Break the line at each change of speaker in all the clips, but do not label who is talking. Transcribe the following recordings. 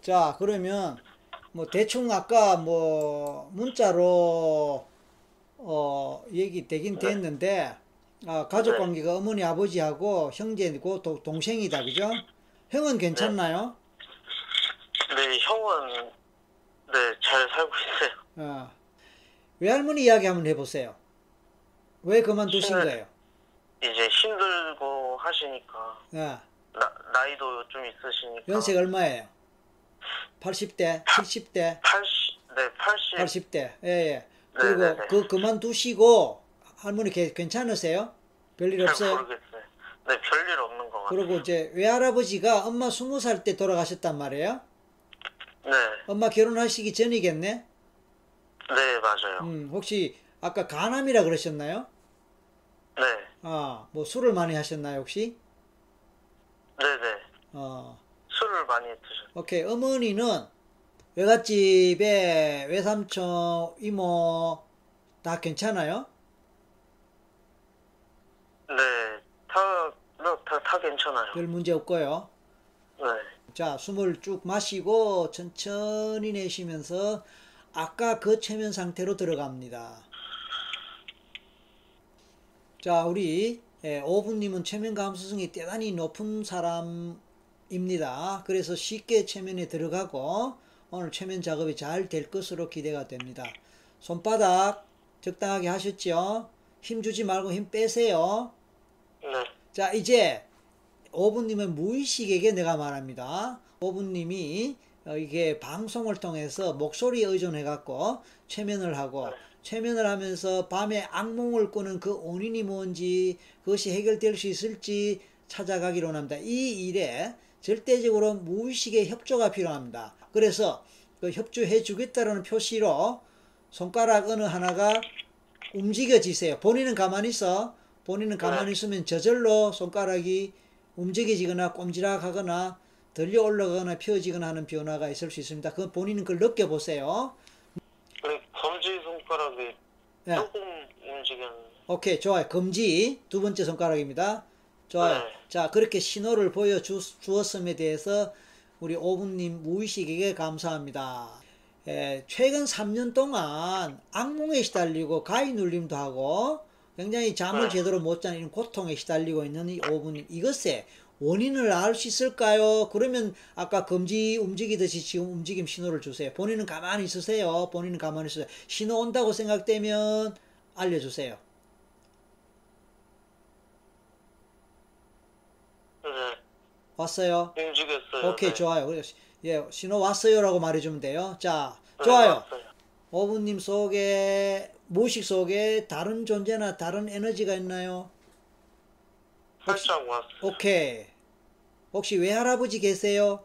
자, 그러면 뭐 대충 아까 뭐 문자로 어 얘기 되긴
네.
됐는데 아, 가족
네.
관계가 어머니 아버지하고 형제고 도- 동생이다 그죠? 형은 괜찮나요?
네, 형은 네, 잘 살고 있어요.
어. 외할머니 이야기 한번 해보세요. 왜 그만두신
네.
거예요?
이제 힘들고 하시니까
어.
나, 나이도 좀 있으시니까
연세가 얼마예요? 80대, 70대,
80, 네, 80,
80대. 예, 예.
네,
그리고
네, 네.
그 그만두시고 할머니 개- 괜찮으세요? 별일
잘
없어요?
모르겠어요. 네, 별일 없는 것 같아요.
그리고 이제 외할아버지가 엄마 스무 살 때 돌아가셨단 말이에요.
네,
엄마 결혼하시기 전이겠네.
네, 맞아요.
음, 혹시 아까 간암이라 그러셨나요?
네,
아, 뭐 술을 많이 하셨나요, 혹시?
네, 네.
어,
술을 많이 드셨.
오케이. 어머니는 외갓집에 외삼촌, 이모 다 괜찮아요?
네, 다, 네, 다, 다 괜찮아요.
별 문제 없고요.
네,
자, 숨을 쭉 마시고 천천히 내쉬면서 아까 그 체면 상태로 들어갑니다. 자, 우리 예, 오분님은 체면 감수성이 대단히 높은 사람입니다. 그래서 쉽게 체면에 들어가고 오늘 체면 작업이 잘 될 것으로 기대가 됩니다. 손바닥 적당하게 하셨죠? 힘 주지 말고 힘 빼세요.
네,
자, 이제 오분님의 무의식에게 내가 말합니다. 오분님이 어, 이게 방송을 통해서 목소리에 의존해갖고 최면을 하고 최면을 하면서 밤에 악몽을 꾸는 그 원인이 뭔지 그것이 해결될 수 있을지 찾아가기로 합니다. 이 일에 절대적으로 무의식의 협조가 필요합니다. 그래서 그 협조해 주겠다라는 표시로 손가락 어느 하나가 움직여지세요. 본인은 가만히 있어. 본인은 가만히 있으면 저절로 손가락이 움직여지거나 꼼지락하거나 들려 올라가거나 펴지거나 하는 변화가 있을 수 있습니다. 그 본인은 그걸 느껴보세요.
네, 검지 손가락이
네.
조금 움직였는데.
오케이, 좋아요. 금지. 두 번째 손가락입니다. 좋아요.
네.
자, 그렇게 신호를 보여주었음에 대해서 우리 오분님 무의식에게 감사합니다. 예, 최근 3년 동안 악몽에 시달리고 가위 눌림도 하고 굉장히 잠을
네.
제대로 못 자는 이런 고통에 시달리고 있는 이 오분님 이것에 원인을 알 수 있을까요? 그러면 아까 금지 움직이듯이 지금 움직임 신호를 주세요. 본인은 가만히 있으세요. 본인은 가만히 있으세요. 신호 온다고 생각되면 알려주세요.
네,
왔어요?
움직였어요.
오케이
네.
좋아요. 그래요. 예 신호 왔어요라고 말해주면 돼요. 자
네,
좋아요.
맞아요.
어부님 속에 무의식 속에 다른 존재나 다른 에너지가 있나요?
살짝 왔어요.
오케이. 혹시 외할아버지 계세요?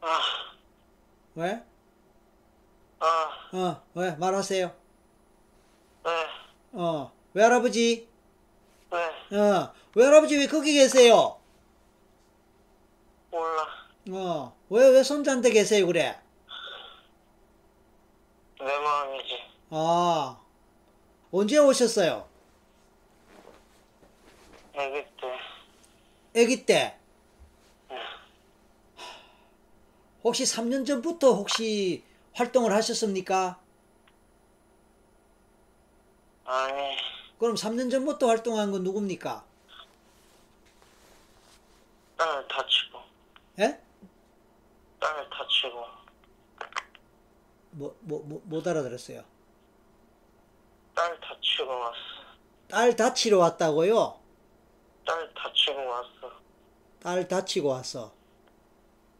아,
왜?
아,
어, 왜 말하세요?
네,
어, 외할아버지.
네,
어, 외할아버지 왜 거기 계세요?
몰라.
어, 왜 왜 손자한테 계세요 그래?
내 마음이지.
아, 언제 오셨어요?
애기 때.
아기 때 혹시 3년 전부터 혹시 활동을 하셨습니까?
아니,
그럼 3년 전부터 활동한 건 누굽니까?
딸 다치고,
예?
딸 다치고,
뭐, 뭐, 뭐, 못 알아들었어요.
딸 다치고 왔어.
딸 다치러 왔다고요?
딸 다치고 왔어.
딸 다치고 왔어.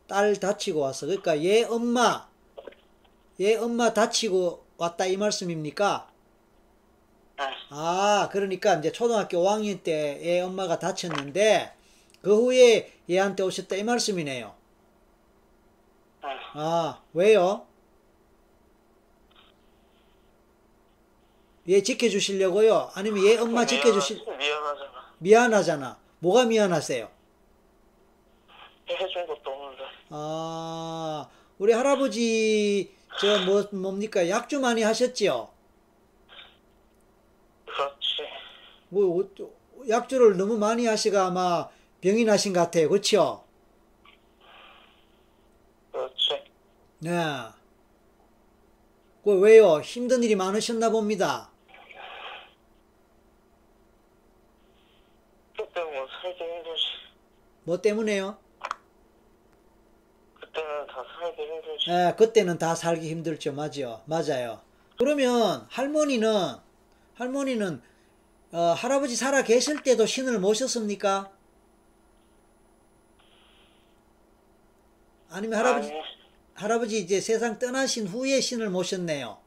딸 다치고 왔어. 그러니까 얘 엄마, 얘 엄마 다치고 왔다 이 말씀입니까?
네,
아, 그러니까 이제 초등학교 5학년 때 얘 엄마가 다쳤는데 그 후에 얘한테 오셨다 이 말씀이네요.
네.
아, 왜요? 얘 지켜주시려고요? 아니면 얘 엄마 지켜주실
미안하- 미안하잖아.
미안하잖아. 뭐가 미안하세요?
해준 것도 없는데.
아, 우리 할아버지 저 뭐, 뭡니까? 약주 많이 하셨지요?
그렇지.
뭐 어- 약주를 너무 많이 하시가 아마 병이 나신 것 같아요. 그렇죠?
그렇지.
네. 그 왜요? 힘든 일이 많으셨나 봅니다.
그때 뭐 살기 힘들지.
뭐 때문에요?
그때는 다 살기 힘들지.
예, 그때는 다 살기 힘들죠. 맞죠? 맞아요. 그러면 할머니는 할머니는 어, 할아버지 살아 계실 때도 신을 모셨습니까? 아니면 네, 할아버지
아니,
할아버지 이제 세상 떠나신 후에 신을 모셨네요.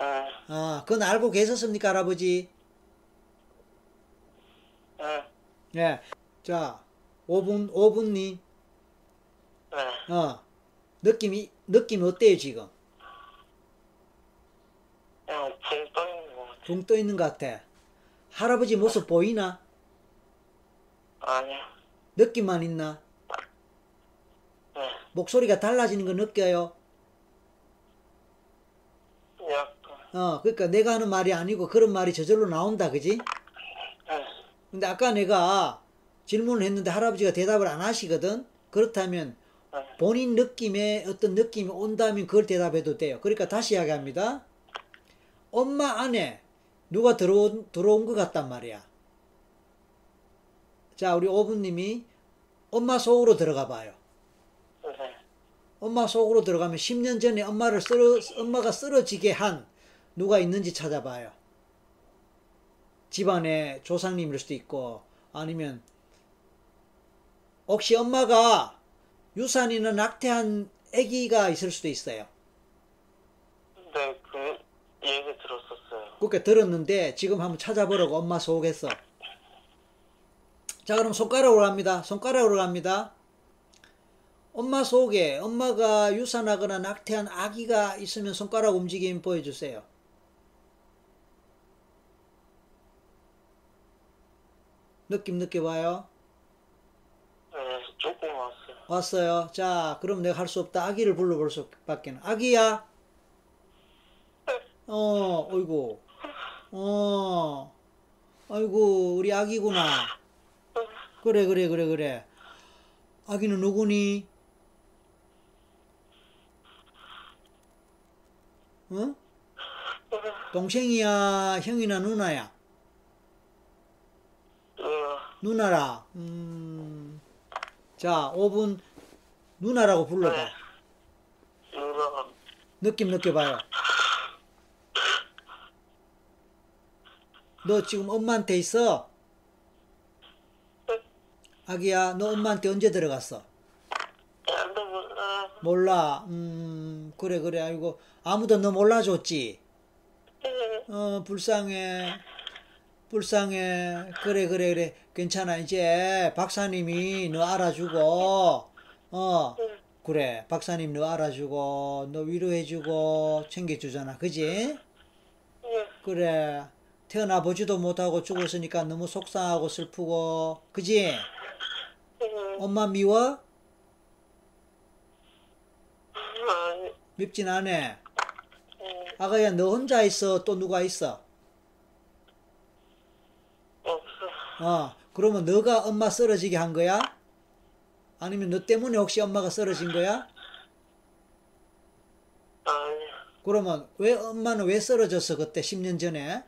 응,
아, 그건 알고 계셨습니까, 할아버지?
응,
예. 자, 5분 5분님.
네.
어. 느낌이 느낌이 어때요, 지금?
그냥 붕 떠있는 거 같아.
붕 떠 있는 것 같아. 할아버지 모습 보이나?
아니야.
느낌만 있나?
네.
목소리가 달라지는 거 느껴요?
약간.
어, 그러니까 내가 하는 말이 아니고 그런 말이 저절로 나온다, 그지?
응,
근데 아까 내가 질문을 했는데 할아버지가 대답을 안 하시거든? 그렇다면
응,
본인 느낌에 어떤 느낌이 온다면 그걸 대답해도 돼요. 그러니까 다시 이야기합니다. 엄마 안에 누가 들어온, 들어온 것 같단 말이야. 자, 우리 오부님이 엄마 속으로 들어가 봐요.
네.
엄마 속으로 들어가면 10년 전에 엄마를 쓰러, 엄마가 쓰러지게 한 누가 있는지 찾아봐요. 집안의 조상님일 수도 있고 아니면 혹시 엄마가 유산이나 낙태한 아기가 있을 수도 있어요.
근데 그 얘기 들었었어요.
그렇게 들었는데 지금 한번 찾아보라고 엄마 속에서. 자 그럼 손가락으로 갑니다. 손가락으로 갑니다. 엄마 속에 엄마가 유산하거나 낙태한 아기가 있으면 손가락 움직임 보여주세요. 느낌 느껴봐요.
네, 조금 왔어요.
왔어요. 자, 그럼 내가 할 수 없다. 아기를 불러볼 수밖에. 는 아기야. 어, 어이구. 어, 아이고, 우리 아기구나. 그래, 그래, 그래, 그래. 아기는 누구니? 응? 어? 동생이야, 형이나 누나야.
으아,
누나라. 음. 자, 5분 누나라고 불러봐.
으아,
느낌 느껴봐요. 너 지금 엄마한테 있어? 아기야, 너 엄마한테 언제 들어갔어?
나도 몰라.
몰라. 음, 그래, 그래. 아이고, 아무도 너 몰라줬지?
응,
어, 불쌍해. 불쌍해. 그래, 그래, 그래. 괜찮아. 이제 박사님이 너 알아주고, 어, 그래. 박사님 너 알아주고, 너 위로해주고, 챙겨주잖아. 그지?
응,
그래. 태어나 보지도 못하고 죽었으니까 너무 속상하고 슬프고, 그지?
응.
엄마 미워?
아니,
밉진 않네.
응.
아가야, 너 혼자 있어? 또 누가 있어?
없어.
어, 그러면 너가 엄마 쓰러지게 한 거야? 아니면 너 때문에 혹시 엄마가 쓰러진 거야?
아니,
그러면 왜 엄마는 왜 쓰러졌어 그때 10년 전에?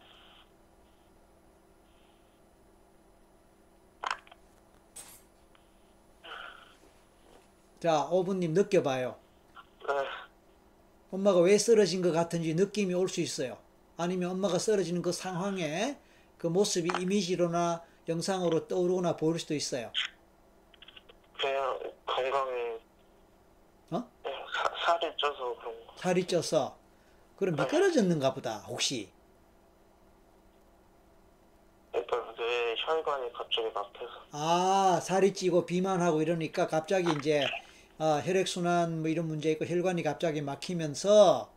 자, 오부님 느껴봐요.
네.
엄마가 왜 쓰러진 것 같은지 느낌이 올 수 있어요. 아니면 엄마가 쓰러지는 그 상황에 그 모습이 이미지로나 영상으로 떠오르거나 보일 수도 있어요.
그냥 건강이
어?
그냥 사, 살이 쪄서 그런 거.
살이 쪄서 그럼 미끄러졌는가 보다 혹시
그러니까 뇌 혈관이 갑자기 막혀서.
아 살이 찌고 비만하고 이러니까 갑자기 이제 아, 혈액순환 뭐 이런 문제 있고 혈관이 갑자기 막히면서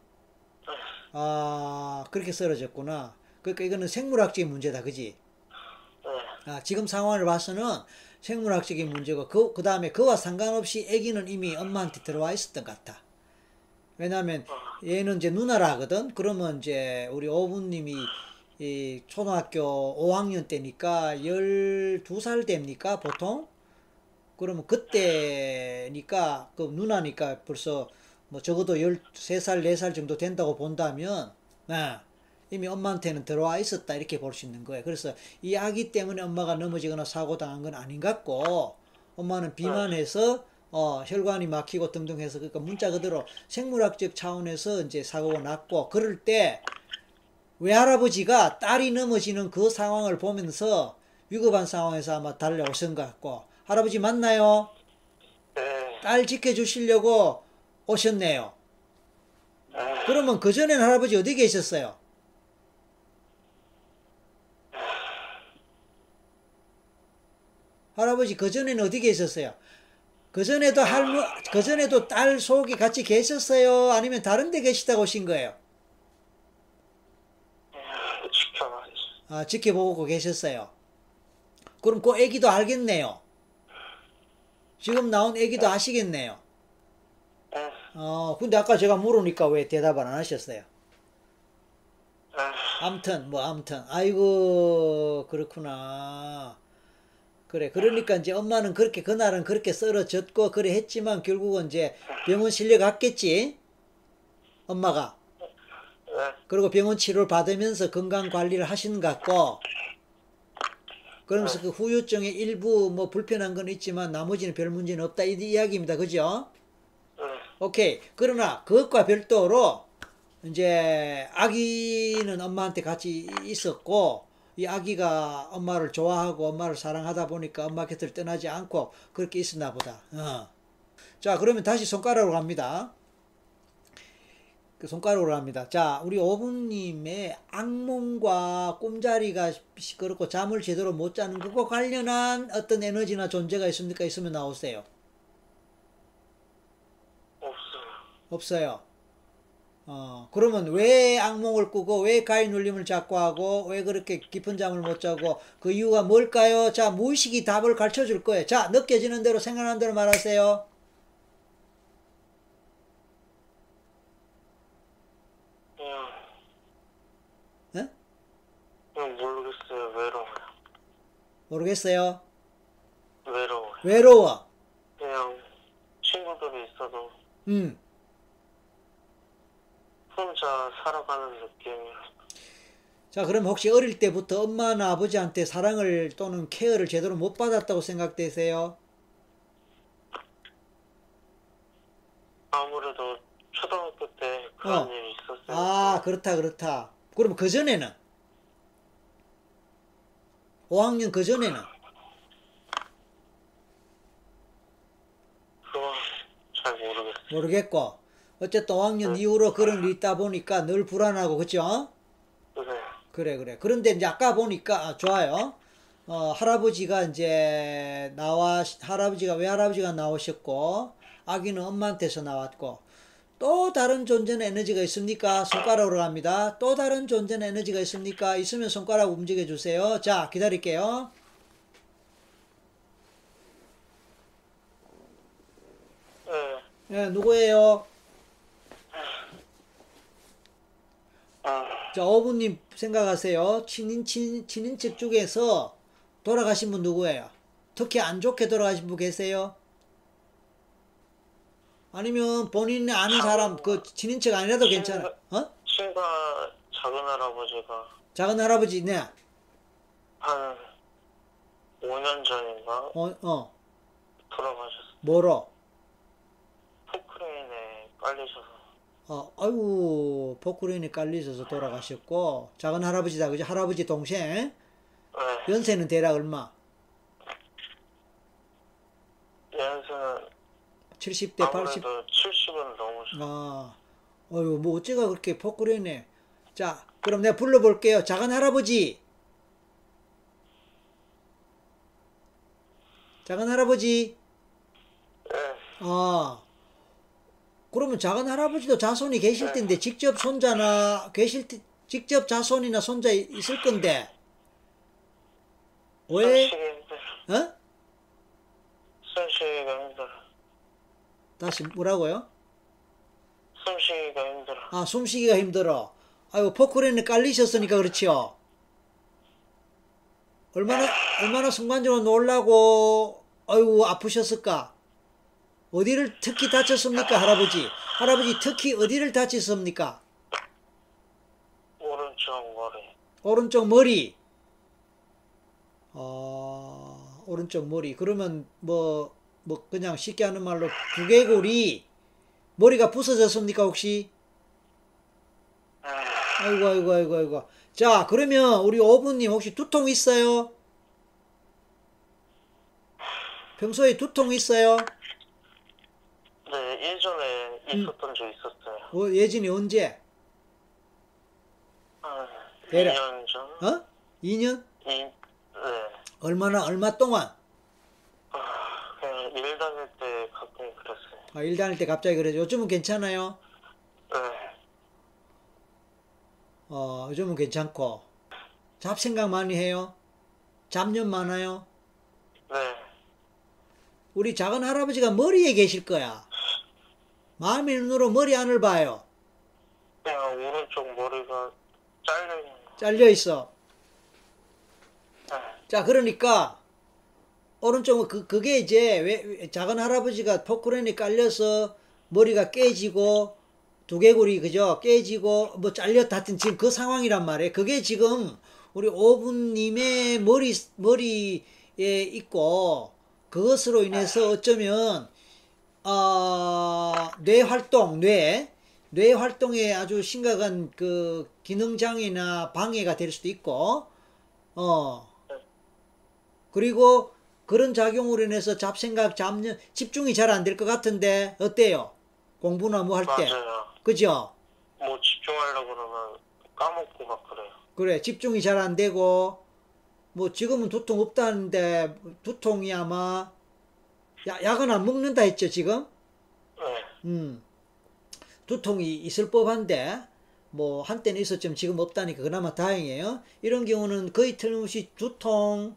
아 그렇게 쓰러졌구나 그러니까 이거는 생물학적인 문제다 그지
네,
아, 지금 상황을 봐서는 생물학적인 문제고 그, 그 다음에 그와 상관없이 아기는 이미 엄마한테 들어와 있었던 것 같아
아,
왜냐하면 얘는 이제 누나라 하거든 그러면 이제 우리 오부님이 이 초등학교 5학년 때니까 12살 됩니까 보통? 그러면 그때니까 그 누나니까 벌써 뭐 적어도 13살 4살 정도 된다고 본다면 네, 이미 엄마한테는 들어와 있었다 이렇게 볼 수 있는 거예요. 그래서 이 아기 때문에 엄마가 넘어지거나 사고 당한 건 아닌 것 같고 엄마는 비만해서 어, 혈관이 막히고 등등 해서 그러니까 문자 그대로 생물학적 차원에서 이제 사고가 났고 그럴 때 외할아버지가 딸이 넘어지는 그 상황을 보면서 위급한 상황에서 아마 달려오신 것 같고 할아버지 맞나요?
네.
딸 지켜주시려고 오셨네요.
네.
그러면 그전엔 할아버지 어디 계셨어요? 할아버지 그전엔 어디 계셨어요? 그전에도 할머 그전에도 딸 속이 같이 계셨어요? 아니면 다른 데 계시다고 오신 거예요?
네. 지켜봐야지.
아, 지켜보고 계셨어요. 그럼 그 애기도 알겠네요. 지금 나온 애기도 아시겠네요.
네.
어, 근데 아까 제가 물으니까 왜 대답을 안 하셨어요?
네.
암튼 뭐 암튼 아이고 그렇구나 그래 그러니까 이제 엄마는 그렇게 그날은 그렇게 썰어졌고 그래 했지만 결국은 이제 병원 실려갔겠지 엄마가
네.
그리고 병원 치료를 받으면서 건강 관리를 하신 것 같고 그러면서 그 후유증의 일부 뭐 불편한 건 있지만 나머지는 별 문제는 없다 이 이야기입니다 그죠?
네.
오케이. 그러나 그것과 별도로 이제 아기는 엄마한테 같이 있었고 이 아기가 엄마를 좋아하고 엄마를 사랑하다 보니까 엄마 곁을 떠나지 않고 그렇게 있었나 보다. 어. 자, 그러면 다시 손가락으로 갑니다. 그 손가락으로 갑니다. 자, 우리 오부님의 악몽과 꿈자리가 시끄럽고 잠을 제대로 못 자는 것과 관련한 어떤 에너지나 존재가 있습니까? 있으면 나오세요.
없어요.
없어요. 어, 그러면 왜 악몽을 꾸고, 왜 가위 눌림을 자꾸 하고, 왜 그렇게 깊은 잠을 못 자고, 그 이유가 뭘까요? 자, 무의식이 답을 가르쳐 줄 거예요. 자, 느껴지는 대로 생각하는 대로 말하세요.
그냥,
예?
그냥 모르겠어요. 외로워요.
모르겠어요.
외로워요.
외로워.
그냥 친구들이 있어도
음.
혼자 살아가는 느낌이에요.
자, 그럼 혹시 어릴 때부터 엄마나 아버지한테 사랑을 또는 케어를 제대로 못 받았다고 생각되세요?
아무래도 초등학교 때 그런
어.
일이 있었어요.
아, 그렇다, 그렇다. 그럼 그전에는? 5학년 그전에는?
그건 잘 모르겠어요.
모르겠고 어쨌든 5학년 이후로 그런 일이 있다 보니까 늘 불안하고 그죠?
네.
그래 그래 그런데 이제 아까 보니까 아, 좋아요 어, 할아버지가 이제 나와 할아버지가 외할아버지가 나오셨고 아기는 엄마한테서 나왔고 또 다른 존재는 에너지가 있습니까? 손가락으로 갑니다. 또 다른 존재는 에너지가 있습니까? 있으면 손가락 움직여 주세요. 자 기다릴게요.
네.
예 누구예요?
아,
자, 어부님 생각하세요. 친인, 친, 친인척 쪽에서 돌아가신 분 누구예요? 특히 안 좋게 돌아가신 분 계세요? 아니면 본인이 아는 사람, 그 친인척 아니라도 괜찮아. 어?
친가 작은 할아버지가
작은 할아버지, 네.
한 5년 전인가
어, 어.
돌아가셨어요.
뭐로?
포크레인에 깔리셔서.
어, 아이고, 포크레인이 깔리셔서 돌아가셨고, 작은 할아버지다, 그죠? 할아버지 동생.
네.
연세는 대략 얼마?
연수는
70대, 80대?
아무래도 70은 넘으셨어요.
아, 어휴, 뭐 어째가 그렇게 포크레네. 자, 그럼 내가 불러볼게요. 작은 할아버지. 작은 할아버지.
네.
아, 그러면 작은 할아버지도 자손이 계실 텐데 직접 손자나 계실 테- 직접 자손이나 손자 이- 있을 건데 왜?
숨쉬기 힘들어.
어?
숨쉬기가 힘들어.
다시 뭐라고요?
숨쉬기가 힘들어.
아, 숨쉬기가 힘들어. 아이고 포크레인에 깔리셨으니까 그렇지요. 얼마나 얼마나 순간적으로 놀라고 아이고 아프셨을까? 어디를 특히 다쳤습니까, 할아버지? 할아버지 특히 어디를 다치셨습니까?
오른쪽 머리.
오른쪽 머리. 어, 오른쪽 머리. 그러면 뭐, 뭐, 그냥 쉽게 하는 말로 두개골이 머리가 부서졌습니까, 혹시?
음,
아이고, 아이고, 아이고, 아이고. 자, 그러면 우리 어부님 혹시 두통 있어요? 평소에 두통 있어요?
네, 예전에 있었던 적 있었어요.
어, 예진이 언제?
음,
대략.
2년 전?
어? 2년?
이, 네.
얼마나, 얼마 동안?
아, 그냥 일 다닐 때 가끔 그랬어요.
아, 일 다닐 때 갑자기 그래죠. 요즘은 괜찮아요?
네.
어, 요즘은 괜찮고. 잡생각 많이 해요? 잡념 많아요?
네.
우리 작은 할아버지가 머리에 계실 거야. 마음의 눈으로 머리 안을 봐요.
그냥 오른쪽 머리가 잘려있는 거.
잘려 있어.
네.
자, 그러니까 오른쪽은 그 그게 이제 왜- 왜 작은 할아버지가 포크레인에 깔려서 머리가 깨지고 두개골이 그죠? 깨지고 뭐 잘렸다 하여튼 지금 그 상황이란 말이에요. 그게 지금 우리 오분님의 머리 머리에 있고 그것으로 인해서 어쩌면 어, 뇌 활동, 뇌, 뇌 활동에 아주 심각한 그 기능 장애나 방해가 될 수도 있고, 어, 그리고 그런 작용으로 인해서 잡생각, 잡념, 집중이 잘 안 될 것 같은데 어때요? 공부나 뭐 할 때,
맞아요.
그죠?
뭐 집중하려고 그러면 까먹고 막 그래요.
그래 집중이 잘 안 되고 뭐 지금은 두통 없다는데 두통이 아마 야, 약은 안 먹는다 했죠 지금?
네.
음, 두통이 있을 법한데, 뭐, 한때는 있었지만 지금 없다니까 그나마 다행이에요. 이런 경우는 거의 틀림없이 두통,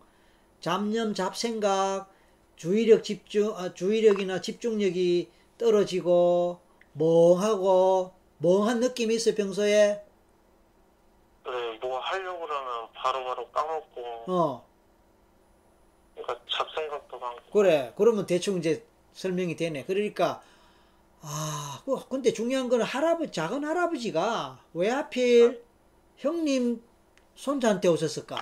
잡념, 잡생각, 주의력 집중, 아, 주의력이나 집중력이 떨어지고, 멍하고, 멍한 느낌이 있어요, 평소에.
네, 뭐 하려고 그러면 바로바로 까먹고,
어,
그러니까 잡생각도 많고.
그래. 그러면 대충 이제 설명이 되네. 그러니까, 아, 그- 근데 중요한 건 할아버지, 작은 할아버지가 왜 하필 형님 손자한테 오셨을까?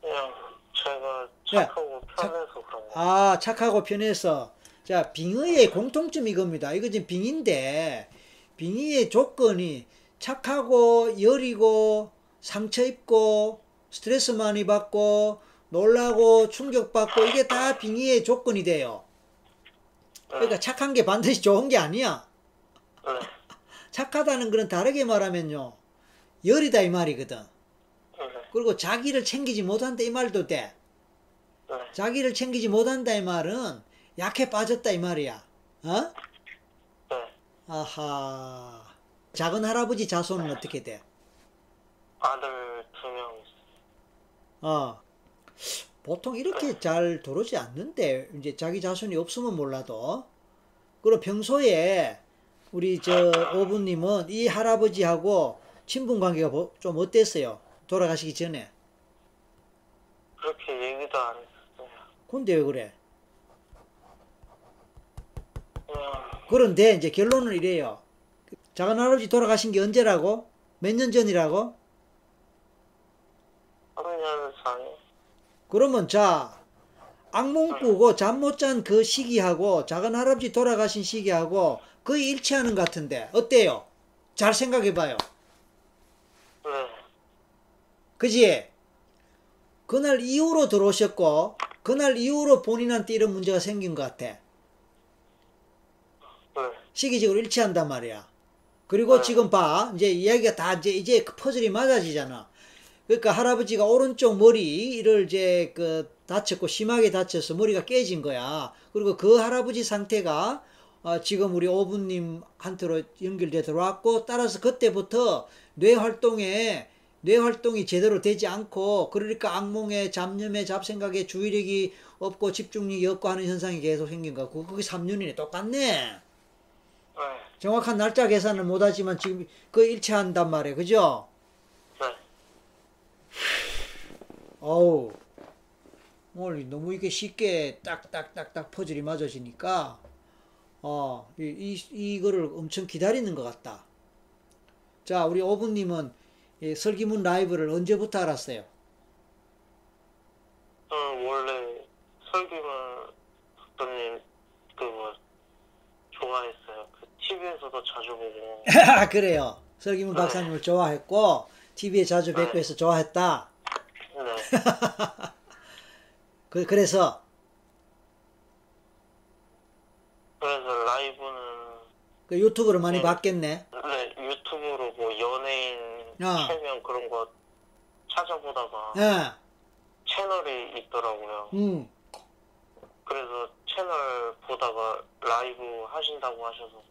그냥 제가
야,
착하고 편해서 그런 거.
아, 착하고 편해서. 자, 빙의의 공통점이 이겁니다. 이거 지금 빙인데, 빙의의 조건이 착하고, 여리고, 상처 입고, 스트레스 많이 받고, 놀라고, 충격받고, 이게 다 빙의의 조건이 돼요. 그러니까 착한 게 반드시 좋은 게 아니야.
네.
착하다는 그런 다르게 말하면요. 열이다 이 말이거든.
네.
그리고 자기를 챙기지 못한다 이 말도 돼.
네.
자기를 챙기지 못한다 이 말은 약해 빠졌다 이 말이야. 어?
네.
아하. 작은 할아버지 자손은 어떻게 돼?
아들 두 명 있어요.
어. 보통 이렇게 잘 들어오지 않는데 이제 자기 자손이 없으면 몰라도 그리고 평소에 우리 저 오부님은 이 할아버지하고 친분 관계가 뭐- 좀 어땠어요? 돌아가시기 전에
그렇게 얘기도 안 했어요.
근데 왜 그래?
그냥
그런데 이제 결론은 이래요. 작은 할아버지 돌아가신 게 언제라고? 몇 년 전이라고?
3년 전에
그러면 자 악몽 꾸고 잠 못 잔 그 시기하고 작은 할아버지 돌아가신 시기하고 거의 일치하는 것 같은데 어때요? 잘 생각해봐요.
네.
그지? 그날 이후로 들어오셨고 그날 이후로 본인한테 이런 문제가 생긴 것 같아.
네.
시기적으로 일치한단 말이야. 그리고
네.
지금 봐. 이제 이야기가 다 이제 이제 그 퍼즐이 맞아지잖아. 그러니까 할아버지가 오른쪽 머리를 이제 그 다쳤고 심하게 다쳐서 머리가 깨진 거야. 그리고 그 할아버지 상태가 어, 지금 우리 오부님한테로 연결돼 들어왔고 따라서 그때부터 뇌 활동에 뇌 활동이 제대로 되지 않고 그러니까 악몽에 잡념에 잡생각에 주의력이 없고 집중력이 없고 하는 현상이 계속 생긴 거야. 그거- 그게 3년이네. 똑같네.
네.
정확한 날짜 계산은 못하지만 지금 그 일치한단 말이에요. 그죠?
네.
어우, 오늘 너무 이게 쉽게 딱딱딱딱 퍼즐이 맞아지니까, 어, 이, 이, 이거를 엄청 기다리는 것 같다. 자, 우리 오부님은 이 설기문 라이브를 언제부터 알았어요?
저는 어, 원래 설기문 박사님 그뭐 좋아했어요. 그 TV에서도 자주 보고.
그래요. 설기문 박사님을 좋아했고, TV에 자주 뵙고 해서 좋아했다.
네.
그, 그래서,
그래서 라이브는
그 유튜브를 많이
네.
봤겠네.
네, 유튜브로 뭐 연예인
아.
체면 그런 거 찾아보다가
예,
채널이 있더라고요.
음.
그래서 채널 보다가 라이브 하신다고 하셔서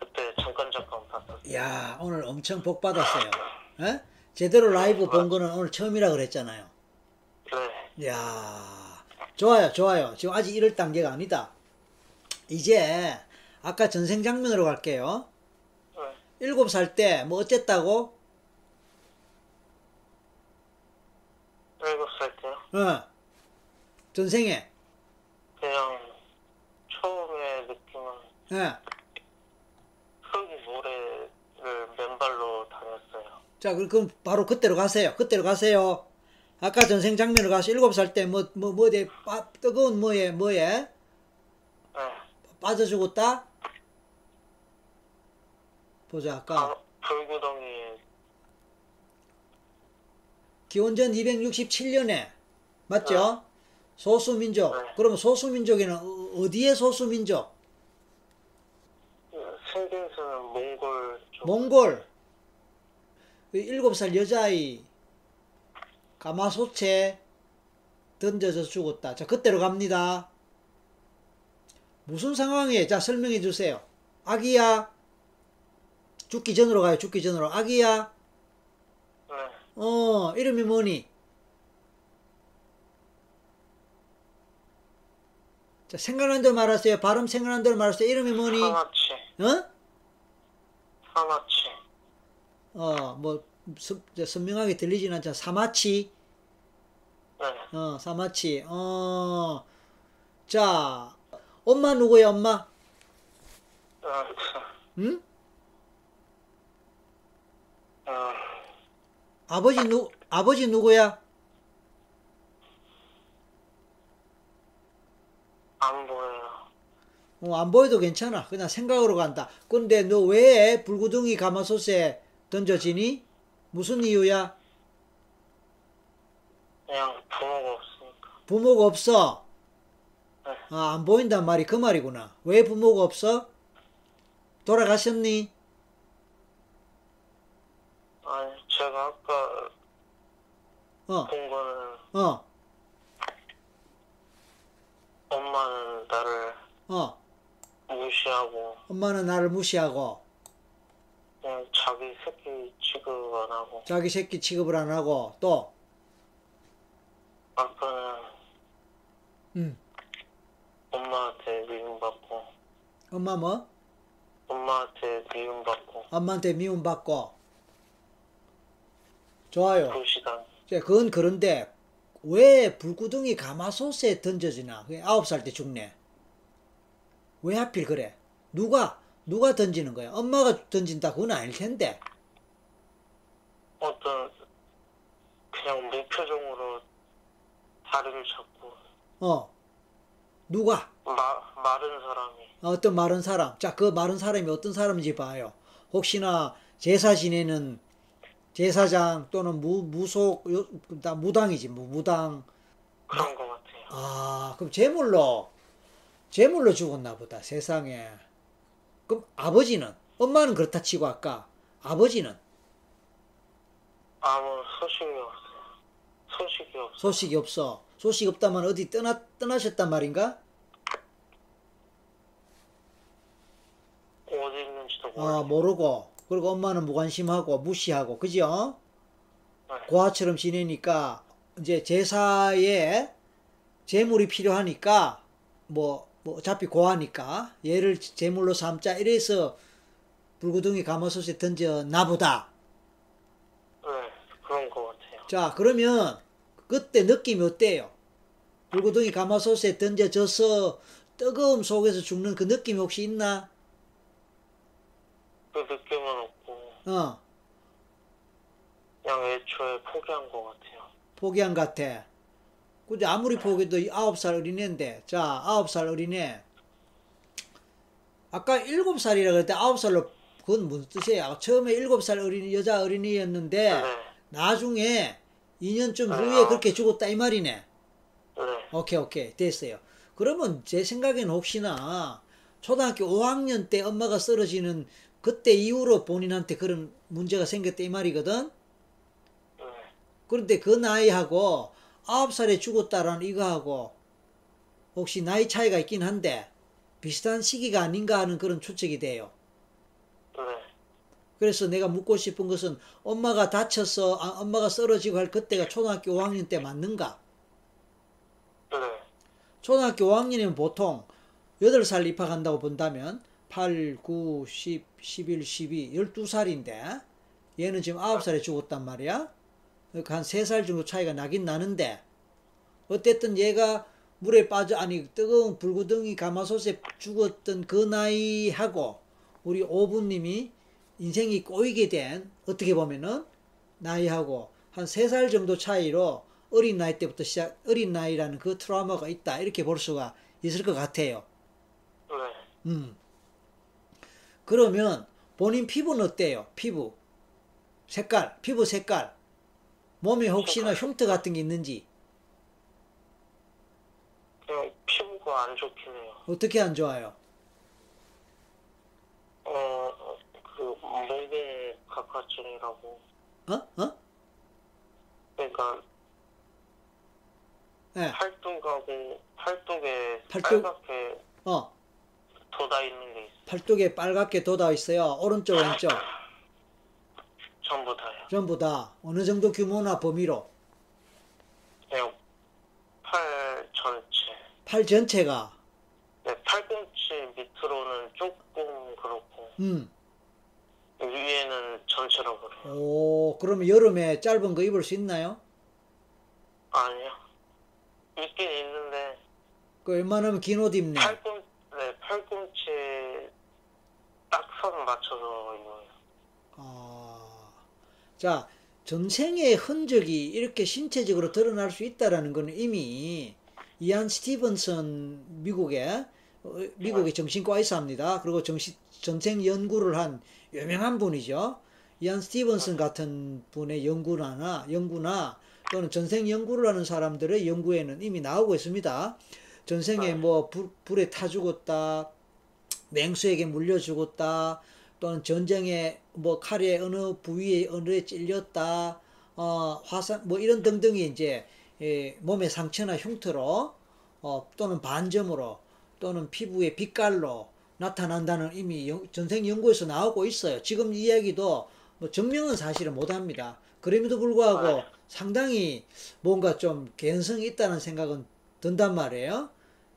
그때 잠깐 잠깐 봤었어요.
야 오늘 엄청 복 받았어요. 예? 제대로 라이브 본 거는 오늘 처음이라 그랬잖아요.
네,
야 좋아요, 좋아요. 지금 아직 이럴 단계가 아니다. 이제 아까 전생 장면으로 갈게요.
네.
일곱 살 때 뭐 어쨌다고?
일곱 살 때요.
어. 전생에.
그냥 처음에 느낌은
예.
흙 모래를 맨발로 다녔어요.
자, 그럼- 그럼 바로 그때로 가세요. 그때로 가세요. 아까 전생 장면으로 가서 일곱 살 때 뭐, 뭐, 뭐, 어디 빠, 뜨거운 뭐에, 뭐에
네,
빠져 죽었다? 보자, 아까.
아, 불구덩이에
기원전 267년에 맞죠?
어.
소수민족.
네.
그러면 소수민족에는 어- 어디의 소수민족?
생긴수는 몽골 쪽.
몽골. 그 일곱 살 여자아이 가마솥에 던져져 죽었다. 자 그때로 갑니다. 무슨 상황이에요? 자 설명해 주세요. 아기야 죽기 전으로 가요. 죽기 전으로 아기야.
네,
어 이름이 뭐니? 자 생각난 대로 말하세요. 발음 생각난 대로 말하세요. 이름이 뭐니?
하나치,
어?
하나치.
어, 뭐, 선- 저 선명하게 들리진 않지만, 사마치,
네,
어, 사마치, 어, 자, 엄마 누구야, 엄마?
어,
응?
어,
아버지 누, 아버지 누구야?
안 보여요.
어, 안 보여도 괜찮아. 그냥 생각으로 간다. 근데 너 왜 불구덩이 가마솥에 던져지니? 무슨 이유야?
그냥 부모가 없으니까.
부모가 없어.
네.
아, 안 보인단 말이 그 말이구나. 왜 부모가 없어? 돌아가셨니?
아니, 제가 아까
어,
본 거는
어,
엄마는 나를
어.
무시하고
엄마는 나를 무시하고,
그냥 자기 새끼 취급 안 하고
자기 새끼 취급을 안 하고 또
아빠는
음.
엄마한테 미움받고
엄마 뭐
엄마한테 미움받고
엄마한테 미움받고 좋아요.
그 무시당
이제 그건 그런데 왜 불구덩이 가마솥에 던져지나? 그게 아홉 살 때 죽네. 왜 하필 그래? 누가 누가 던지는 거야? 엄마가 던진다 그건 아닐 텐데.
어떤 그냥 무표정으로 다리를 잡고
어 누가
마, 마른 사람이
어떤 마른 사람? 자 그 마른 사람이 어떤 사람인지 봐요. 혹시나 제사 지내는 제사장 또는 무 무속 요- 다 무당이지 뭐, 무- 무당
그런 것 같아요.
아, 그럼 제물로, 제물로 죽었나 보다, 세상에. 그럼 아버지는? 엄마는 그렇다 치고 아까. 아버지는?
아무 소식이 없어요. 소식이 없어.
소식이 없어. 소식 없다면 어디 떠나, 떠나셨단 말인가?
어디 있는지도 몰라요.
아, 모르고. 그리고 엄마는 무관심하고 무시하고, 그죠?
네.
고아처럼 지내니까, 이제 제사에 재물이 필요하니까, 뭐, 뭐 어차피 고아니까, 얘를 재물로 삼자, 이래서 불구덩이 가마솥에 던져나 보다.
네, 그런 것 같아요.
자, 그러면 그때 느낌이 어때요? 불구덩이 가마솥에 던져져서 뜨거움 속에서 죽는 그 느낌이 혹시 있나?
그 느낌은 없고
어,
그냥 애초에 포기한 것 같아요.
포기한 것 같아. 근데 아무리 포기해도 이 아홉 살 어린애인데, 자, 아홉 살 어린애. 아까 일곱 살이라 그랬대, 아홉 살로, 그건 무슨 뜻이에요? 처음에 일곱 살 어린이, 여자 어린이였는데,
네,
나중에 2년쯤
아.
후에 그렇게 죽었다 이 말이네.
네,
오케이 오케이 됐어요. 그러면 제 생각엔 혹시나 초등학교 5학년 때 엄마가 쓰러지는 그때 이후로 본인한테 그런 문제가 생겼다 이 말이거든.
네.
그런데 그 나이하고 9살에 죽었다라는 이거하고 혹시 나이 차이가 있긴 한데 비슷한 시기가 아닌가 하는 그런 추측이 돼요.
네.
그래서 내가 묻고 싶은 것은 엄마가 다쳐서 아, 엄마가 쓰러지고 할 그때가 초등학교 5학년 때 맞는가?
네.
초등학교 5학년이면 보통 8살 입학한다고 본다면 8, 9, 10, 11, 12, 12살인데 얘는 지금 9살에 죽었단 말이야. 그러니까 한 3살 정도 차이가 나긴 나는데 어쨌든 얘가 물에 빠져 아니 뜨거운 불구덩이 가마솥에 죽었던 그 나이하고 우리 오부님이 인생이 꼬이게 된 어떻게 보면은 나이하고 한 3살 정도 차이로 어린 나이 때부터 시작, 어린 나이라는 그 트라우마가 있다. 이렇게 볼 수가 있을 것 같아요.
네.
음. 그러면 본인 피부는 어때요? 피부. 색깔, 피부 색깔. 몸에 혹시나 흉터 같은 게 있는지
그냥 피부가 안 좋긴 해요.
어떻게 안 좋아요?
어, 그 목에 각화증이라고.
어? 어?
그러니까
예.
팔뚝하고 팔뚝에
팔뚝?
빨갛게
어.
돋아 있는 게 있어요.
팔뚝에 빨갛게 돋아 있어요. 오른쪽, 왼쪽.
전부 다요.
전부 다 어느 정도 규모나 범위로
그냥 팔 전체.
팔 전체가
네, 팔꿈치 밑으로는 조금 그렇고
음.
위에는 전체라고 그래요.
오, 그러면 여름에 짧은 거 입을 수 있나요?
아니요. 있긴 있는데
그 웬만하면 긴 옷 입네.
팔꿈 네 팔꿈치 딱 선 맞춰서 입어요.
아, 자, 전생의 흔적이 이렇게 신체적으로 드러날 수 있다라는 건 이미 이안 스티븐슨 미국의 어, 미국의 정신과 의사입니다. 그리고 정신 전생 연구를 한 유명한 분이죠. 이안 스티븐슨 같은 분의 연구나 연구나 또는 전생 연구를 하는 사람들의 연구에는 이미 나오고 있습니다. 전생에 뭐 불, 불에 타 죽었다, 맹수에게 물려 죽었다, 또는 전쟁에 뭐 칼에 어느 부위에 어느에 찔렸다, 어, 화상 뭐 이런 등등이 이제 예, 몸의 상처나 흉터로 어, 또는 반점으로 또는 피부의 빛깔로 나타난다는 이미 연- 전생 연구에서 나오고 있어요. 지금 이 이야기도 뭐 증명은 사실은 못합니다. 그럼에도 불구하고
네.
상당히 뭔가 좀 개연성이 있다는 생각은 든단 말이에요.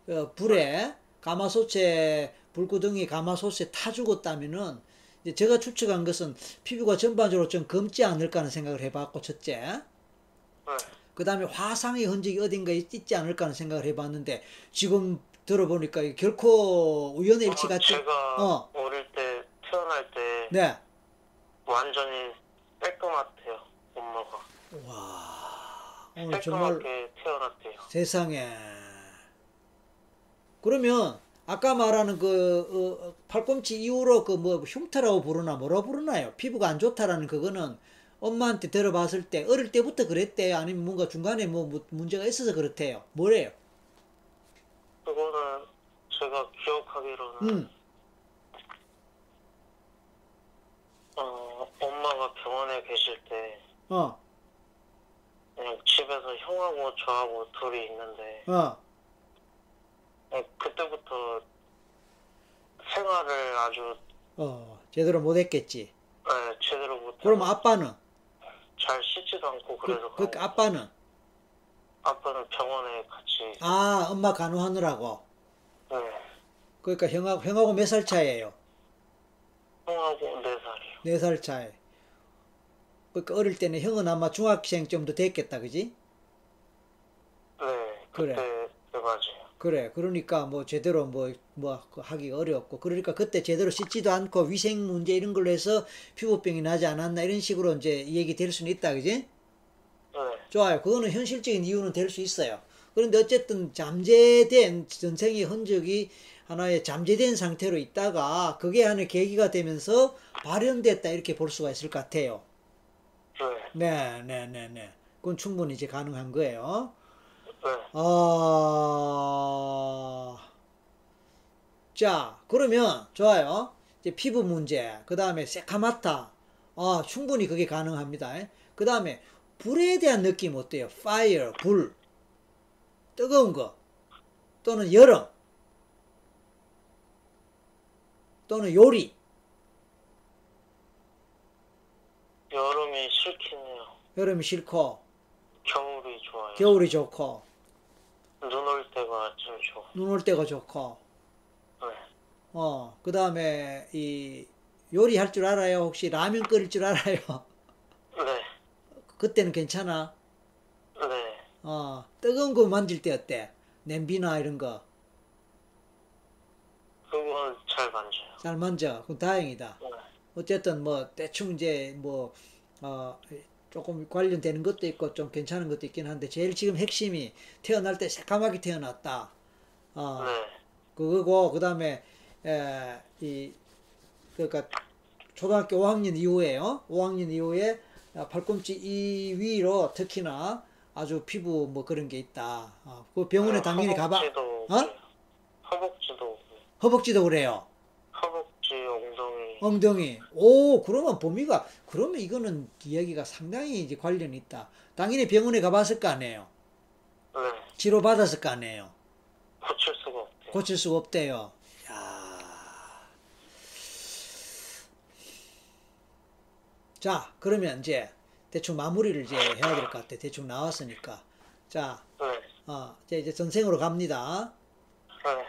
어, 불에 가마솥에 불구덩이 가마솥에 타 죽었다면은 이제 제가 추측한 것은 피부가 전반적으로 좀 검지 않을까 하는 생각을 해봤고 첫째
네,
그 다음에 화상의 흔적이 어딘가에 있지 않을까 하는 생각을 해봤는데 지금 들어보니까 이게 결코 우연의
어,
일치가 지
제가
어.
어릴 때 태어날 때
네.
완전히 깔끔했대요 엄마가
네. 와 오늘 어, 정말
깔끔하게 태어났대요.
세상에. 그러면 아까 말하는 그 어, 팔꿈치 이후로 그 뭐 흉터라고 부르나 뭐라 부르나요? 피부가 안 좋다라는 그거는 엄마한테 들어봤을 때 어릴 때부터 그랬대요? 아니면 뭔가 중간에 뭐 무- 문제가 있어서 그렇대요? 뭐래요?
그거는 제가 기억하기로는
음.
어, 엄마가 병원에 계실 때
어.
그냥 집에서 형하고 저하고 둘이 있는데
어.
어, 그때부터 생활을 아주
어. 제대로 못 했겠지.
예, 제대로
그럼
못하고
아빠는
잘 씻지도 않고
그,
그래서
그
그런가.
아빠는
아빠는 병원에 같이
아, 엄마 간호하느라고.
네,
그러니까 형하고 형하고 몇 살 차이예요?
형하고 네 살이요.
네 살 차이. 그러니까 어릴 때는 형은 아마 중학생쯤도 됐겠다, 그지? 그래.
네, 그때 돼가지고
그래. 그러니까 뭐 제대로 뭐, 뭐 하기 어렵고 그러니까 그때 제대로 씻지도 않고 위생 문제 이런 걸로 해서 피부병이 나지 않았나 이런 식으로 이제 얘기 될 수는 있다. 그지?
네
좋아요. 그거는 현실적인 이유는 될 수 있어요. 그런데 어쨌든 잠재된 전생의 흔적이 하나의 잠재된 상태로 있다가 그게 하나의 계기가 되면서 발현됐다 이렇게 볼 수가 있을 것 같아요. 네,
네,
네, 네, 네. 그건 충분히 이제 가능한 거예요.
네,
어... 자, 그러면 좋아요. 이제 피부 문제, 그 다음에 새카맣다. 아, 충분히 그게 가능합니다. 그 다음에 불에 대한 느낌 어때요? fire, 불. 뜨거운 거. 또는 여름. 또는 요리.
여름이 싫긴 해요.
여름이 싫고,
겨울이 좋아요.
겨울이 좋고,
눈 올 때가 좀 좋아.
눈 올 때가 좋고,
네,
어, 그 다음에 이 요리할 줄 알아요? 혹시 라면 끓일 줄 알아요?
네,
그때는 괜찮아.
네,
어, 뜨거운 거 만질 때 어때? 냄비나 이런 거.
그건 잘 만져요.
잘 만져. 그럼 다행이다.
네,
어쨌든 뭐 대충 이제 뭐, 어, 조금 관련되는 것도 있고 좀 괜찮은 것도 있긴 한데 제일 지금 핵심이 태어날 때 새까맣게 태어났다. 어,
네,
그거고 그다음에 에, 이 그러니까 초등학교 5학년 이후에요. 5학년 이후에 아, 발꿈치 이 위로 특히나 아주 피부 뭐 그런 게 있다. 아, 그 병원에
네,
당연히 가봐.
허벅지도
어?
그래요. 허벅지도 그래요.
허벅지도 그래요.
허벅지, 엉덩이.
엉덩이. 오, 그러면 범위가 그러면 이거는 이야기가 상당히 이제 관련이 있다. 당연히 병원에 가봤을 거 아니에요. 어?
네,
치료 받았을 거 아니에요.
고칠 수가 없대요.
고칠 수가 없대요. 야. 자, 그러면 이제 대충 마무리를 이제 해야 될 것 같아. 대충 나왔으니까. 자,
네,
어, 이제 이제 전생으로 갑니다.
네,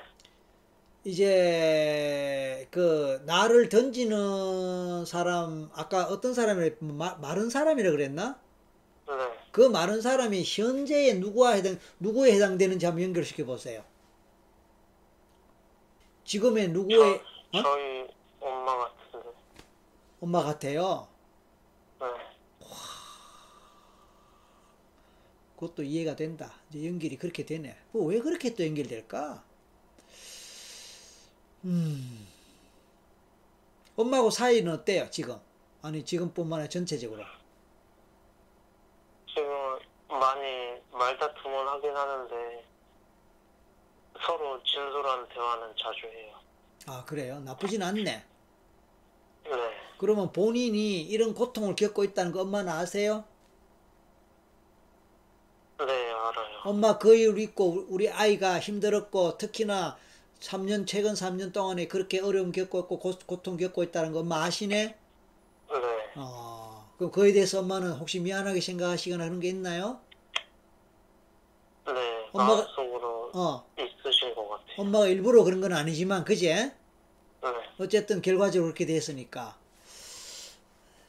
이제 그 나를 던지는 사람 아까 어떤 사람을 마, 마른 사람이라 그랬나?
네.
그 마른 사람이 현재의 누구와 해당 누구에 해당되는지 한번 연결시켜 보세요. 지금의 누구의
저,
어?
저희 엄마 같은데.
엄마 같아요.
네,
그것도 이해가 된다. 이제 연결이 그렇게 되네. 그거 왜 그렇게 또 연결될까? 음. 엄마하고 사이는 어때요, 지금? 아니, 지금뿐만 아니라 전체적으로.
지금 많이 말다툼은 하긴 하는데 서로 진솔한 대화는 자주 해요.
아, 그래요? 나쁘진 않네.
네,
그러면 본인이 이런 고통을 겪고 있다는 거 엄마는 아세요?
네 알아요.
엄마 그 이유를 잊고 우리 아이가 힘들었고 특히나 3년 최근 3년 동안에 그렇게 어려움 겪고 있고 고, 고통 겪고 있다는 거 엄마 아시네?
네,
어, 그럼 그에 대해서 엄마는 혹시 미안하게 생각하시거나 그런 게 있나요?
네
엄마가-
마음속으로
어,
있으신 것 같아요.
엄마가 일부러 그런 건 아니지만 그제?
네,
어쨌든 결과적으로 그렇게 됐으니까.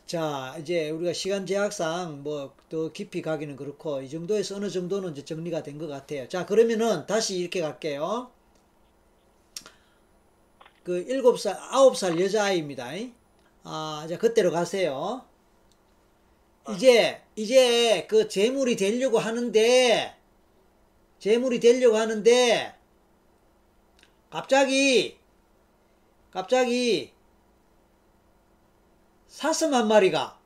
자, 이제 우리가 시간 제약상 뭐 더 깊이 가기는 그렇고 이 정도에서 어느 정도는 이제 정리가 된 것 같아요. 자, 그러면은 다시 이렇게 갈게요. 그 일곱 살, 아홉 살 여자아이입니다. 아, 자, 그때로 가세요. 이제, 이제 그 재물이 되려고 하는데, 재물이 되려고 하는데, 갑자기, 갑자기 사슴 한 마리가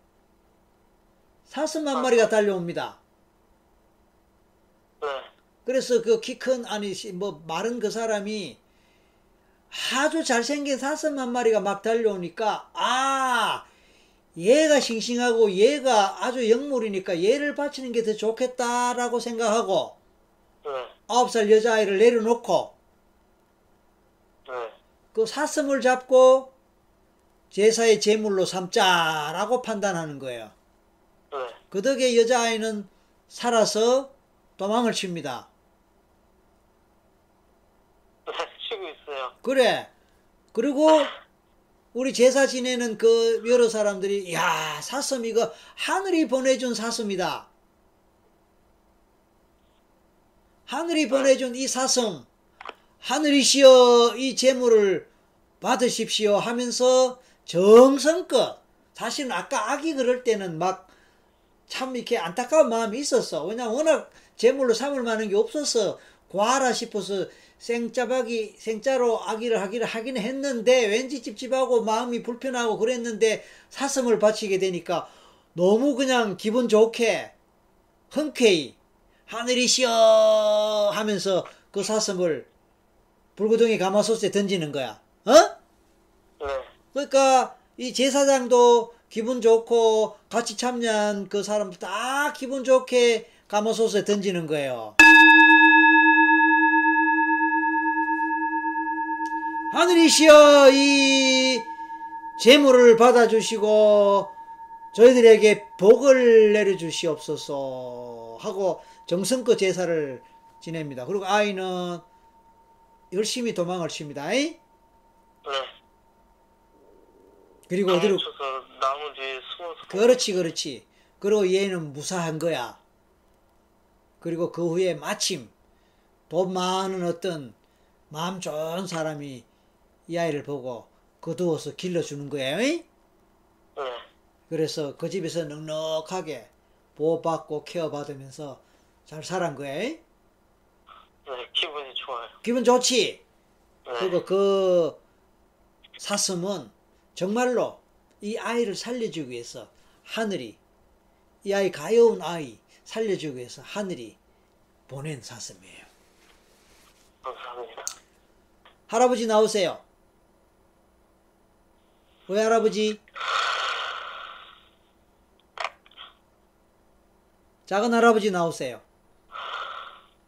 사슴 한 마리가 달려옵니다.
네,
그래서 그 키 큰 아니 시- 뭐 마른 그 사람이 아주 잘생긴 사슴 한 마리가 막 달려오니까 아 얘가 싱싱하고 얘가 아주 영물이니까 얘를 바치는 게 더 좋겠다라고 생각하고
네,
아홉 살 여자아이를 내려놓고
네,
그 사슴을 잡고 제사의 제물로 삼자라고 판단하는 거예요.
네,
그 덕에 여자아이는 살아서 도망을 칩니다.
네 치고 있어요.
그래. 그리고 우리 제사 지내는 그 여러 사람들이 야 사슴 이거 하늘이 보내준 사슴이다. 하늘이 보내준 이 사성, 하늘이시여 이 재물을 받으십시오 하면서 정성껏 사실은 아까 아기 그럴 때는 막 참 이렇게 안타까운 마음이 있었어. 왜냐 워낙 재물로 삼을 만한 게 없어서 과하라 싶어서 생짜박이 생짜로 아기를 하기를 하긴 했는데 왠지 찝찝하고 마음이 불편하고 그랬는데 사슴을 바치게 되니까 너무 그냥 기분 좋게 흔쾌히 하늘이시여 하면서 그 사슴을 불구덩이 가마솥에 던지는 거야. 어?
네.
그러니까 이 제사장도 기분 좋고 같이 참여한 그 사람 다 기분 좋게 가마솥에 던지는 거예요. 하늘이시여 이 재물을 받아주시고 저희들에게 복을 내려주시옵소서 하고 정성껏 제사를 지냅니다. 그리고 아이는 열심히 도망을 칩니다. 이?
네.
그리고 어디로
도망쳐서 나무 뒤에 숨어서.
그렇지, 그렇지. 그리고 얘는 무사한 거야. 그리고 그 후에 마침 돈 많은 어떤 마음 좋은 사람이 이 아이를 보고 거두어서 길러주는 거예요. 잉?
네.
그래서 그 집에서 넉넉하게 보호받고 케어받으면서 잘 살은 거예요. 잉?
네. 기분이 좋아요.
기분 좋지?
네.
그리고 그 사슴은 정말로 이 아이를 살려주기 위해서 하늘이 이 아이 가여운 아이 살려주기 위해서 하늘이 보낸 사슴이에요.
감사합니다.
할아버지 나오세요. 왜 할아버지? 작은 할아버지 나오세요.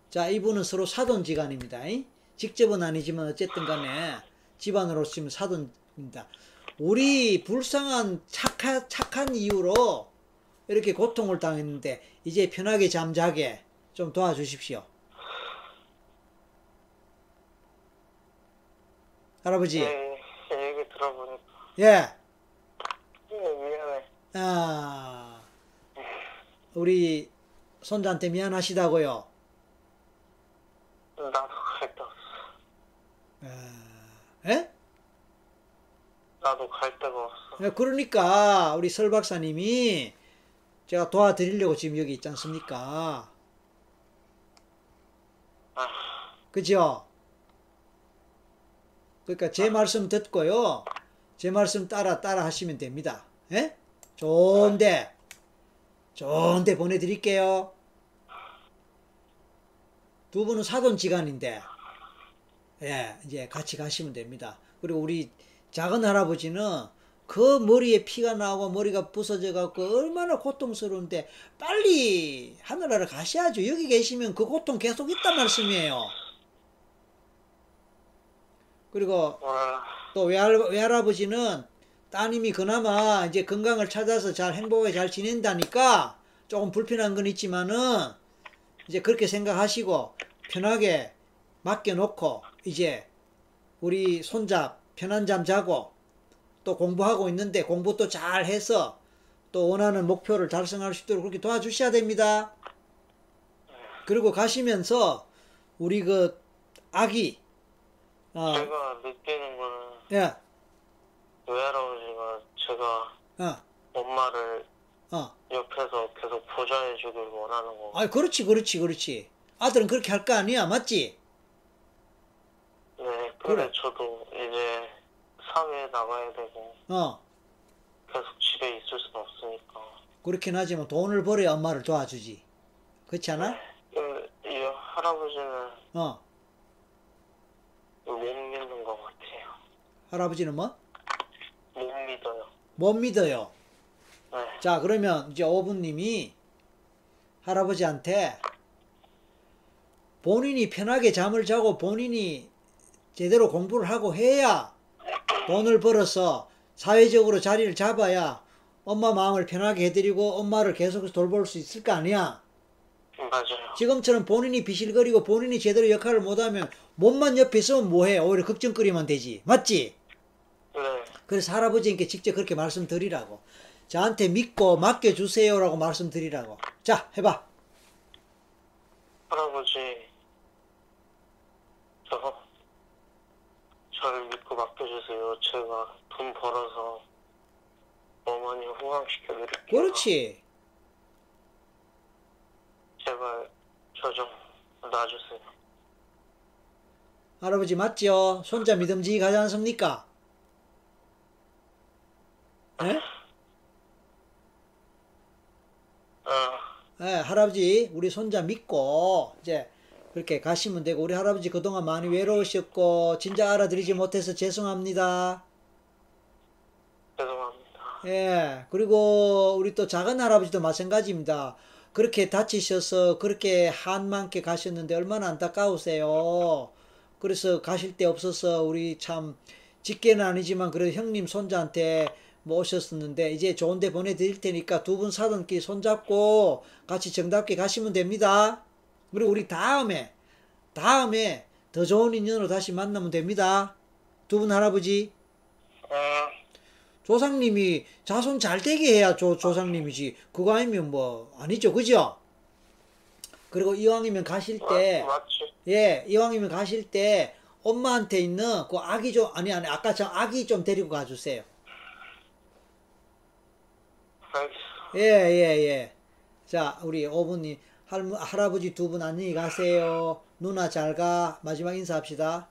자, 이분은 서로 사돈지간입니다. 잉? 직접은 아니지만 어쨌든 간에 집안으로 치면 사돈입니다. 우리 불쌍한 착하, 착한 이유로 이렇게 고통을 당했는데 이제 편하게 잠자게 좀 도와주십시오. 할아버지.
네. 네, 얘기 들어보니까.
예.
네, 미안해.
아, 우리 손자한테 미안하시다고요.
나도 갈데 없어.
아, 예?
나도 갈 데가 없어.
예, 그러니까 우리 설 박사님이 제가 도와드리려고 지금 여기 있지 않습니까? 그죠? 그러니까 제 말씀 듣고요. 제 말씀 따라 따라 하시면 됩니다. 예? 좋은데 좋은데 보내드릴게요. 두 분은 사돈 지간인데 예 이제 같이 가시면 됩니다. 그리고 우리 작은 할아버지는 그 머리에 피가 나고 머리가 부서져 갖고 얼마나 고통스러운데 빨리 하늘나라 가셔야죠. 여기 계시면 그 고통 계속 있단 말씀이에요. 그리고
와.
또 외할, 외할아버지는 따님이 그나마 이제 건강을 찾아서 잘 행복하게 잘 지낸다니까 조금 불편한 건 있지만은 이제 그렇게 생각하시고 편하게 맡겨놓고 이제 우리 손자 편한 잠 자고 또 공부하고 있는데 공부도 잘 해서 또 원하는 목표를 달성할 수 있도록 그렇게 도와주셔야 됩니다. 그리고 가시면서 우리 그 아기 어,
제가 느끼는 거는
예,
외할아버지가 제가
어,
엄마를
어.
옆에서 계속 보좌해주길 원하는 거.
아, 그렇지, 그렇지, 그렇지. 아들은 그렇게 할 거 아니야, 맞지?
네, 근데
그래.
저도 이제 사회에 나가야 되고
어,
계속 집에 있을 수는 없으니까.
그렇긴 하지만 돈을 벌어야 엄마를 도와주지. 그렇지 않아?
그, 이 할아버지는
어,
못 믿는 것 같아요.
할아버지는 뭐?
못 믿어요.
못 믿어요.
네,
자, 그러면 이제 오부님이 할아버지한테 본인이 편하게 잠을 자고 본인이 제대로 공부를 하고 해야 돈을 벌어서 사회적으로 자리를 잡아야 엄마 마음을 편하게 해드리고 엄마를 계속해서 돌볼 수 있을 거 아니야?
맞아요.
지금처럼 본인이 비실거리고 본인이 제대로 역할을 못하면 몸만 옆에 있으면 뭐해? 오히려 걱정거리만 되지. 맞지?
네,
그래서 할아버지께 직접 그렇게 말씀드리라고. 저한테 믿고 맡겨주세요라고 말씀드리라고. 자, 해봐.
할아버지, 있어서 저를 믿고 맡겨주세요. 제가 돈 벌어서 뭐 어머니 호강시켜드릴게요.
그렇지.
제발 저 좀 놔주세요.
할아버지 맞죠? 손자 믿음직이 가지 않습니까? 예?
아,
예, 할아버지 우리 손자 믿고 이제 그렇게 가시면 되고 우리 할아버지 그동안 많이 외로우셨고 진작 알아들이지 못해서 죄송합니다.
죄송합니다.
예, 그리고 우리 또 작은 할아버지도 마찬가지입니다. 그렇게 다치셔서 그렇게 한만께 가셨는데 얼마나 안타까우세요. 그래서 가실 데 없어서 우리 참 직계는 아니지만 그래도 형님 손자한테 모셨었는데 이제 좋은 데 보내드릴 테니까 두 분 사돈끼리 손잡고 같이 정답게 가시면 됩니다. 그리고 우리 다음에 다음에 더 좋은 인연으로 다시 만나면 됩니다. 두 분 할아버지.
아,
조상님이 자손 잘 되게 해야 조, 조상님이지. 그거 아니면 뭐, 아니죠. 그죠? 그리고 이왕이면 가실 때,
마, 맞지?
예, 이왕이면 가실 때, 엄마한테 있는 그 아기 좀, 아니, 아니, 아까 저 아기 좀 데리고 가주세요.
알겠어.
예, 예, 예. 자, 우리 어머니, 할, 할아버지 두 분 안녕히 가세요. 누나 잘 가. 마지막 인사합시다.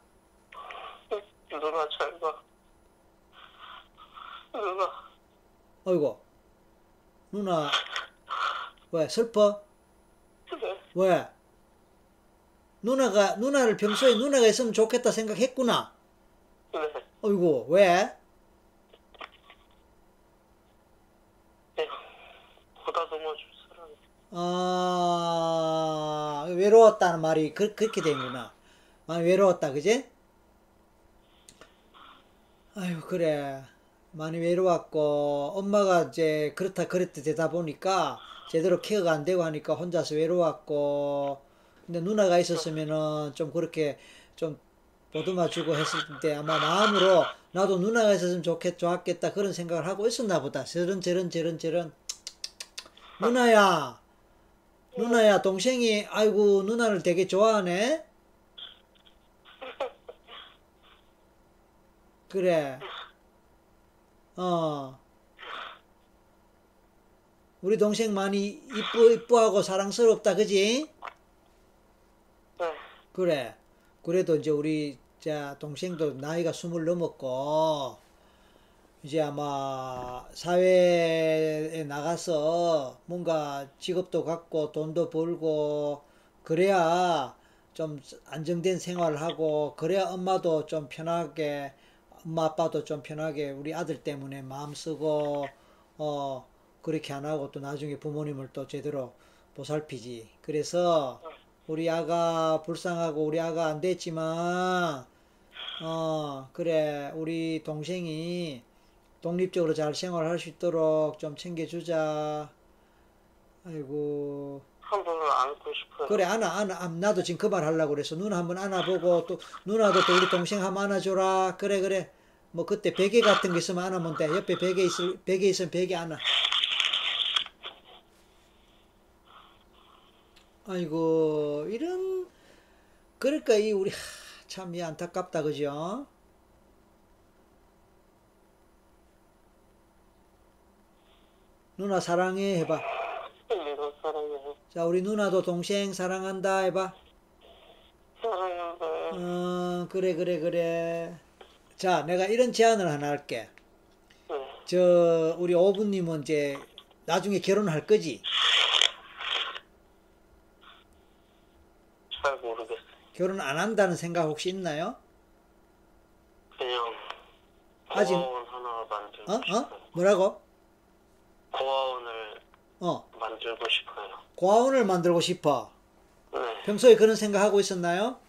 누나 잘 가. 누나,
어이구. 누나, 왜, 슬퍼?
그래.
왜? 누나가 누나를 평소에 누나가 있으면 좋겠다 생각했구나.
그래.
어이구 왜?
내가 네. 보다 넘어줄 사람이.
아 외로웠다는 말이 그, 그렇게 되는구나. 많이 외로웠다 그지? 아유 그래 많이 외로웠고 엄마가 이제 그렇다 그랬다 되다 보니까 제대로 케어가 안 되고 하니까 혼자서 외로웠고 근데 누나가 있었으면은 좀 그렇게 좀 보듬어주고 했을 때 아마 마음으로 나도 누나가 있었으면 좋겠 좋았겠다 그런 생각을 하고 있었나 보다 저런 저런 저런 저런 누나야 예. 누나야 동생이 아이고 누나를 되게 좋아하네 그래 어 우리 동생 많이 이뻐 이뻐하고 사랑스럽다 그지
네,
그래 그래도 이제 우리 자 동생도 나이가 스물 넘었고 이제 아마 사회에 나가서 뭔가 직업도 갖고 돈도 벌고 그래야 좀 안정된 생활을 하고 그래야 엄마도 좀 편하게 엄마 아빠도 좀 편하게 우리 아들 때문에 마음 쓰고 어 그렇게 안 하고 또 나중에 부모님을 또 제대로 보살피지 그래서 우리 아가 불쌍하고 우리 아가 안 됐지만 어 그래 우리 동생이 독립적으로 잘 생활할 수 있도록 좀 챙겨주자 아이고
한 번은 안고 싶어요.
그래 안아 안아 안- 나도 지금 그 말 하려고 그래서 누나 한번 안아보고 또 누나도 또 우리 동생 한번 안아줘라 그래 그래 뭐 그때 베개 같은 거 있으면 안아면 돼 옆에 베개 있을 베개 있으면 베개 안아 아이고 이런 그러니까 이 우리 참 이 안타깝다 그죠 누나 사랑해 해봐 그
내가 사랑해.
자 우리 누나도 동생 사랑한다 해봐
사랑한다.
어, 그래, 그래, 그래. 자, 내가 이런 제안을 하나 할게.
네,
저, 우리 오부님은 이제 나중에 결혼할 거지?
잘 모르겠어요.
결혼 안 한다는 생각 혹시 있나요?
그냥
아직-
고아원 하나 만들고
어?
싶어요.
어? 뭐라고?
고아원을
어,
만들고 싶어요.
고아원을 만들고 싶어.
네,
평소에 그런 생각 하고 있었나요?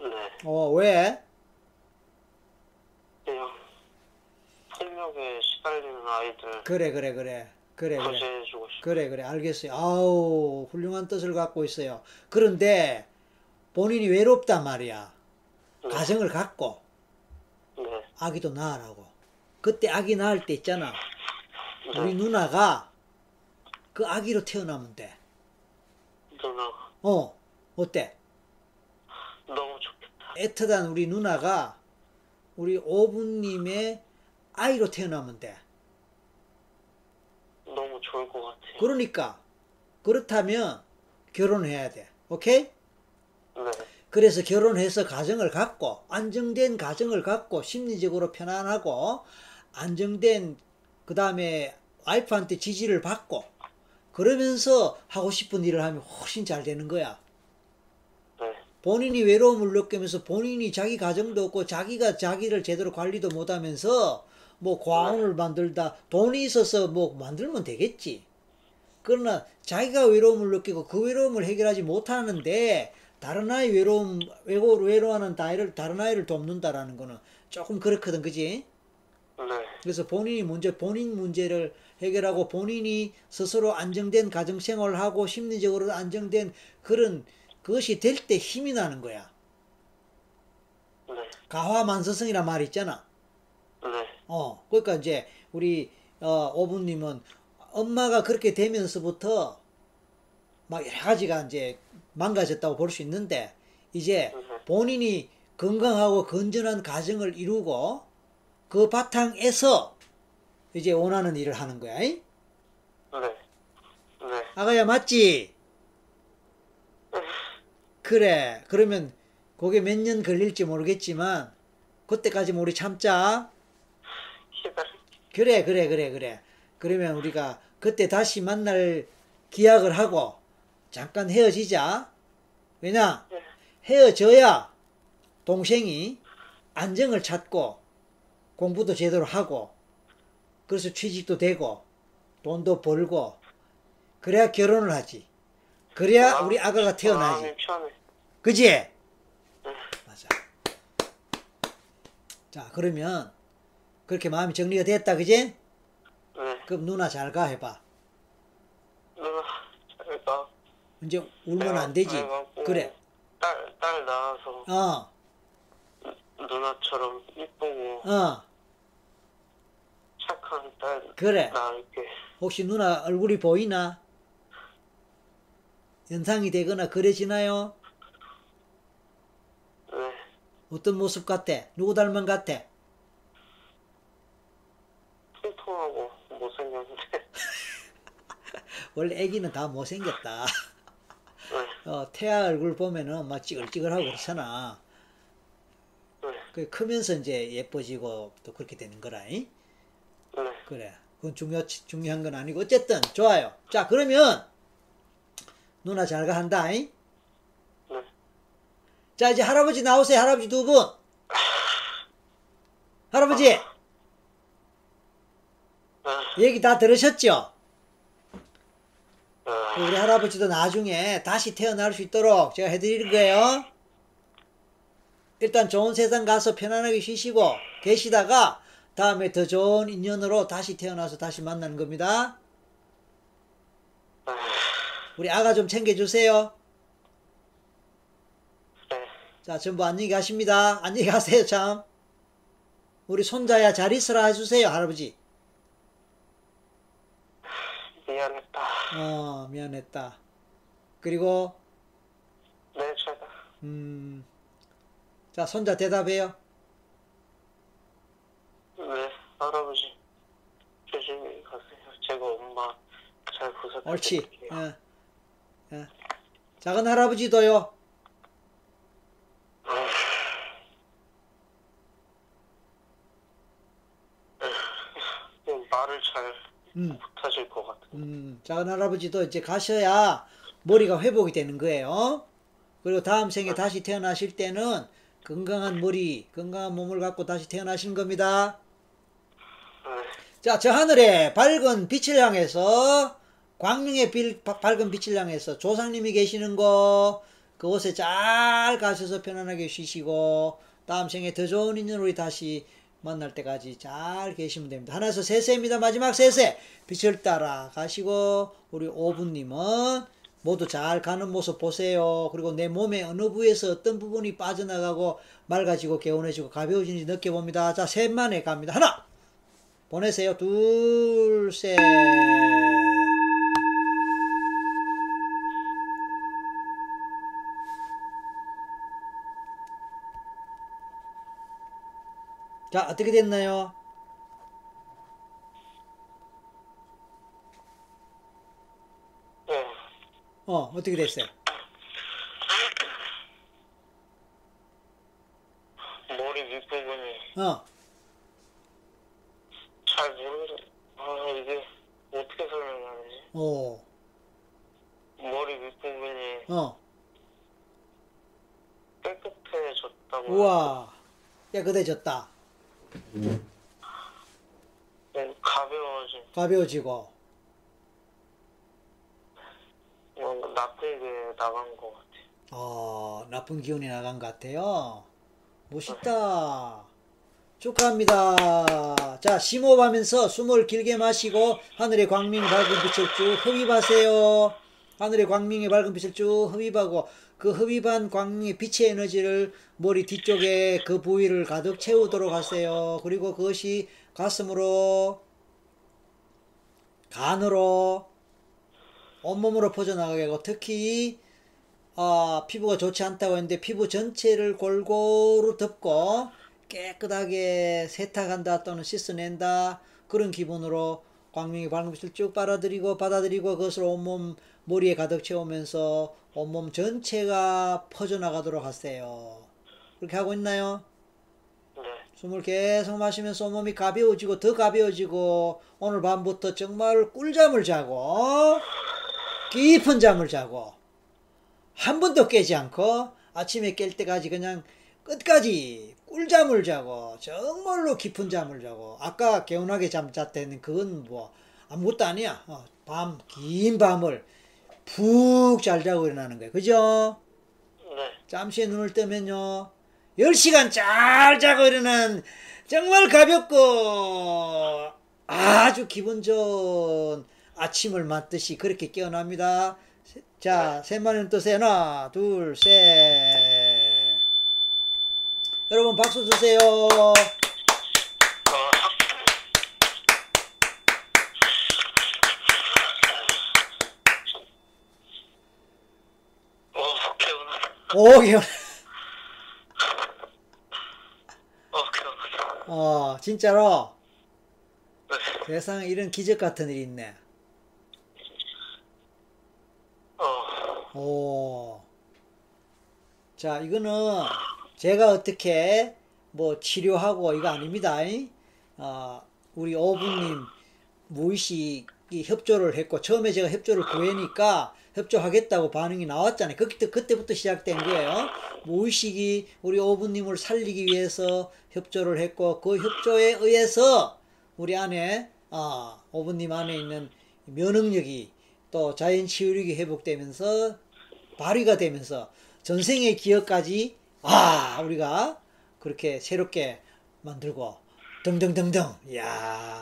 네.
어, 왜?
그냥 폭력에 시달리는 아이들
그래, 그래, 그래. 그래, 그래.
구제해주고 싶어요.
그래, 그래, 알겠어요. 아우, 훌륭한 뜻을 갖고 있어요. 그런데 본인이 외롭단 말이야. 가정을 갖고.
네,
아기도 낳으라고. 그때 아기 낳을 때 있잖아. 우리
네.
누나가 그 아기로 태어나면 돼.
누나
어, 어때?
너무 좋겠다.
애틋한 우리 누나가 우리 오부님의 아이로 태어나면 돼.
너무 좋을 것 같아요.
그러니까 그렇다면 결혼해야 돼. 오케이?
네.
그래서 결혼해서 가정을 갖고 안정된 가정을 갖고 심리적으로 편안하고 안정된 그 다음에 와이프한테 지지를 받고 그러면서 하고 싶은 일을 하면 훨씬 잘 되는 거야.
네.
본인이 외로움을 느끼면서 본인이 자기 가정도 없고 자기가 자기를 제대로 관리도 못하면서 뭐 과언을 만들다 돈이 있어서 뭐 만들면 되겠지. 그러나 자기가 외로움을 느끼고 그 외로움을 해결하지 못하는데 다른 아이 외로움 외고 외로워하는 아이를 다른 아이를 돕는다라는 거는 조금 그렇거든, 그지?
네.
그래서 본인이 문제 본인 문제를 해결하고 본인이 스스로 안정된 가정 생활을 하고 심리적으로 안정된 그런 그것이 될 때 힘이 나는 거야.
네.
가화만서성이란 말이 있잖아.
네.
어, 그러니까 이제 우리 어, 오부님은 엄마가 그렇게 되면서부터 막 여러 가지가 이제 망가졌다고 볼 수 있는데 이제
네,
본인이 건강하고 건전한 가정을 이루고 그 바탕에서 이제 원하는 일을 하는 거야. 잉?
네. 네.
아가야 맞지? 그래. 그러면 그게 몇 년 걸릴지 모르겠지만 그때까지 뭐 우리 참자.
기다리.
그래 그래 그래 그래 그러면 우리가 그때 다시 만날 기약을 하고 잠깐 헤어지자 왜냐
네.
헤어져야 동생이 안정을 찾고 공부도 제대로 하고 그래서 취직도 되고 돈도 벌고 그래야 결혼을 하지 그래야 우리 아가가 네. 태어나지
마음이 편해.
그지? 맞아. 자, 그러면 그렇게 마음이 정리가 됐다, 그지?
네.
그럼 누나 잘 가 해봐.
누나. 일단
이제
어,
울면 안
네,
되지. 그래.
딸, 딸 낳아서
어,
누나처럼 이쁘고
어,
착한 딸
그래.
낳을게.
혹시 누나 얼굴이 보이나? 연상이 되거나 그래지나요?
네.
어떤 모습 같아? 누구 닮은 같아?
통통하고 못생겼는데.
원래 애기는 다 못생겼다.
네.
어, 태아 얼굴 보면은 막 찌글찌글하고 그렇잖아.
네.
그 크면서 이제 예뻐지고 또 그렇게 되는 거라잉.
네.
그래. 그건 중요, 중요한 건 아니고. 어쨌든, 좋아요. 자, 그러면, 누나 잘 가 한다잉?
네.
자, 이제 할아버지 나오세요. 할아버지 두 분. 할아버지,
아,
얘기 다 들으셨죠? 그
아,
우리 할아버지도 나중에 다시 태어날 수 있도록 제가 해드리는 거예요. 일단 좋은 세상 가서 편안하게 쉬시고 계시다가 다음에 더 좋은 인연으로 다시 태어나서 다시 만나는 겁니다.
아,
우리 아가 좀 챙겨주세요.
네.
자, 전부 안녕히 가십니다. 안녕히 가세요, 참. 우리 손자야 잘 있으라 해주세요, 할아버지.
미안했다.
어, 미안했다. 그리고,
네, 제가.
음, 자, 손자 대답해요.
네, 할아버지. 조심히 가세요. 제가 엄마 잘 보살펴
옳지.
드릴게요. 아.
예. 예. 작은 할아버지도요.
아. 그냥 말을 잘
음,
못하실 것 같아요.
음, 작은 할아버지도 이제 가셔야 머리가 회복이 되는 거예요. 그리고 다음 생에 다시 태어나실 때는 건강한 머리, 건강한 몸을 갖고 다시 태어나신 겁니다.
네,
자, 저 하늘에 밝은 빛을 향해서 광명의 빌- 바- 밝은 빛을 향해서 조상님이 계시는 곳 그곳에 잘 가셔서 편안하게 쉬시고 다음 생에 더 좋은 인연 우리 다시 만날 때까지 잘 계시면 됩니다. 하나에서 세세입니다. 마지막 세세 빛을 따라 가시고 우리 오부님은 모두 잘 가는 모습 보세요. 그리고 내 몸의 어느 부에서 어떤 부분이 빠져나가고 맑아지고 개운해지고 가벼워지는지 느껴봅니다. 자, 셋만에 갑니다. 하나, 보내세요. 둘, 셋. 자, 어떻게 됐나요?
예.
어, 어떻게 됐어요?
머리 윗부분이
어,
잘 모르겠, 아, 이게 어떻게 설명하는지.
오,
머리 윗부분이
어,
깨끗해졌다고.
우와, 깨끗해졌다.
너무 네, 가벼워진,
가벼워지고,
뭔가 나쁜 게 나간 것 같아.
어, 나쁜 기운이 나간 것 같아요. 멋있다. 축하합니다. 자, 심호흡하면서 숨을 길게 마시고 하늘의 광명 밝은 빛을 쭉 흡입하세요. 하늘의 광명의 밝은 빛을 쭉 흡입하고 그 흡입한 광명의 빛의 에너지를 머리 뒤쪽에 그 부위를 가득 채우도록 하세요. 그리고 그것이 가슴으로 간으로 온몸으로 퍼져나가게 하고 특히 아, 피부가 좋지 않다고 했는데 피부 전체를 골고루 덮고 깨끗하게 세탁한다 또는 씻어낸다 그런 기분으로 광명이 밝은 빛을 쭉 빨아들이고 받아들이고 그것을 온몸 머리에 가득 채우면서 온몸 전체가 퍼져나가도록 하세요. 그렇게 하고 있나요?
네.
숨을 계속 마시면서 몸이 가벼워지고 더 가벼워지고 오늘 밤부터 정말 꿀잠을 자고 깊은 잠을 자고 한 번도 깨지 않고 아침에 깰 때까지 그냥 끝까지 꿀잠을 자고 정말로 깊은 잠을 자고 아까 개운하게 잠 잤다는 그건 뭐 아무것도 아니야 어, 밤긴 밤을 푹 잘 자고 일어나는 거야 그죠?
네.
잠시 눈을 뜨면요. 10시간 잘 자고 일어난 정말 가볍고 아주 기분 좋은 아침을 맞듯이 그렇게 깨어납니다. 세- 자, 셋만은 뜨세요. 하나, 둘, 셋. 여러분 박수 주세요.
아, 어, 개운하다.
오, 개운.
어, 개운하다.
어, 진짜로
네.
세상에 이런 기적 같은 일이 있네.
어,
오. 자, 이거는 제가 어떻게 뭐 치료하고 이거 아닙니다. 아, 우리 어부님 무의식이 협조를 했고 처음에 제가 협조를 구해니까 협조하겠다고 반응이 나왔잖아요. 그때 그때부터 시작된 거예요. 무의식이 우리 어부님을 살리기 위해서 협조를 했고 그 협조에 의해서 우리 안에 아, 어부님 안에 있는 면역력이 또 자연 치유력이 회복되면서 발휘가 되면서 전생의 기억까지 아 우리가 그렇게 새롭게 만들고 등등등등 이야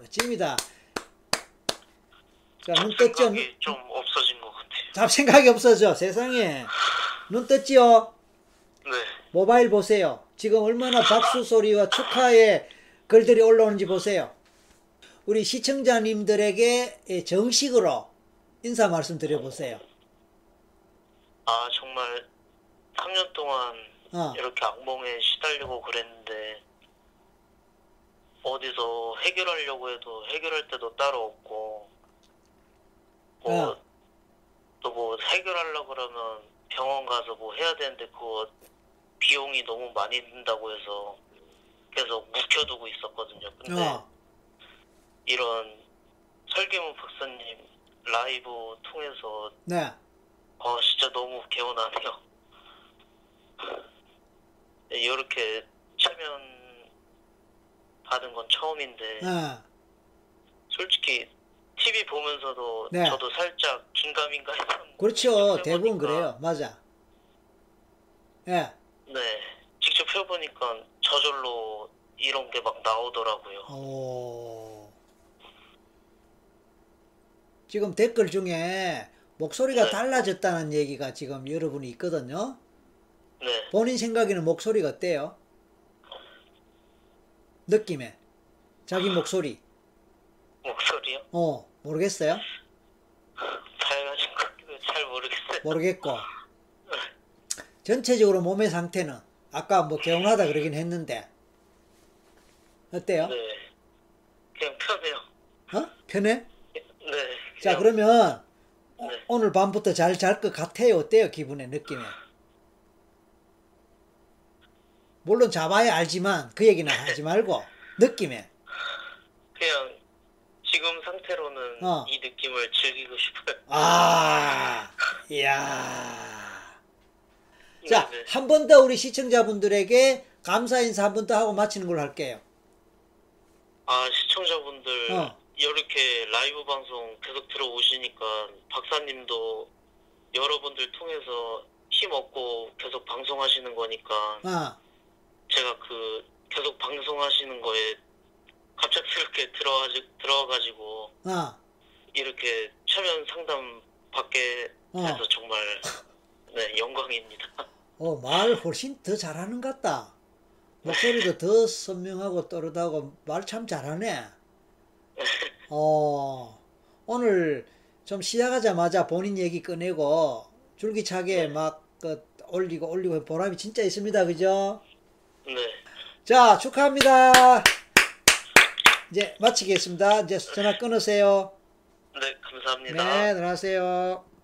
멋집니다 자눈 떴죠
생각이 좀 없어진 것 같아요.
잡생각이 없어져 세상에 눈 떴지요
네.
모바일 보세요. 지금 얼마나 박수 소리와 축하의 글들이 올라오는지 보세요. 우리 시청자님들에게 예, 정식으로 인사 말씀 드려보세요.
아, 정말 3년 동안
어,
이렇게 악몽에 시달리고 그랬는데 어디서 해결하려고 해도 해결할 때도 따로 없고 뭐
어.
또 뭐 해결하려고 그러면 병원 가서 뭐 해야 되는데 그거 비용이 너무 많이 든다고 해서 계속 묵혀두고 있었거든요. 근데
어,
이런 설계문 박사님 라이브 통해서
네.
아 진짜 너무 개운하네요. 네, 이렇게 참여한 받은 건 처음인데
어,
솔직히 TV 보면서도
네.
저도 살짝 긴가민가 했던
그렇죠. 대부분 그래요. 맞아. 예.
네 직접 해보니까 저절로 이런 게 막
어.
나오더라고요. 어.
오. 지금 댓글 중에 목소리가
네.
달라졌다는 얘기가 지금 여러분이 있거든요.
네
본인 생각에는 목소리가 어때요? 느낌에 자기 목소리
목소리요?
어 모르겠어요?
밝아진 것 같기도 해요. 잘 모르겠어요.
모르겠고 전체적으로 몸의 상태는 아까 뭐 개운하다 그러긴 했는데 어때요?
네. 그냥 편해요.
어? 편해?
네.
자
그냥-
그러면 어,
네.
오늘 밤부터 잘 잘 것 같아요. 어때요? 기분의 느낌에? 물론 잡아야 알지만 그 얘기는 하지 말고 느낌에.
그냥 지금 상태로는
어.
이 느낌을 즐기고 싶어요.
아, 이야. 자,
네, 네.
한 번 더 우리 시청자분들에게 감사 인사 한 번 더 하고 마치는 걸로 할게요.
아 시청자분들
어.
이렇게 라이브 방송 계속 들어오시니까 박사님도 여러분들 통해서 힘 얻고 계속 방송하시는 거니까
아,
제가 그 계속 방송하시는 거에 갑작스럽게 들어가지 들어가지고
아,
이렇게 최면 상담 받게
어.
해서 정말 네 영광입니다.
어, 말 훨씬 더 잘하는 것 같다. 목소리도 더 선명하고 또렷하고 말 참 잘하네. 어, 오늘 좀 시작하자마자 본인 얘기 꺼내고
네.
줄기차게 막그 올리고 올리고 보람이 진짜 있습니다. 그죠?
네.
자, 축하합니다. 이제 마치겠습니다. 이제 전화 끊으세요.
네,
네,
감사합니다.
들어가세요.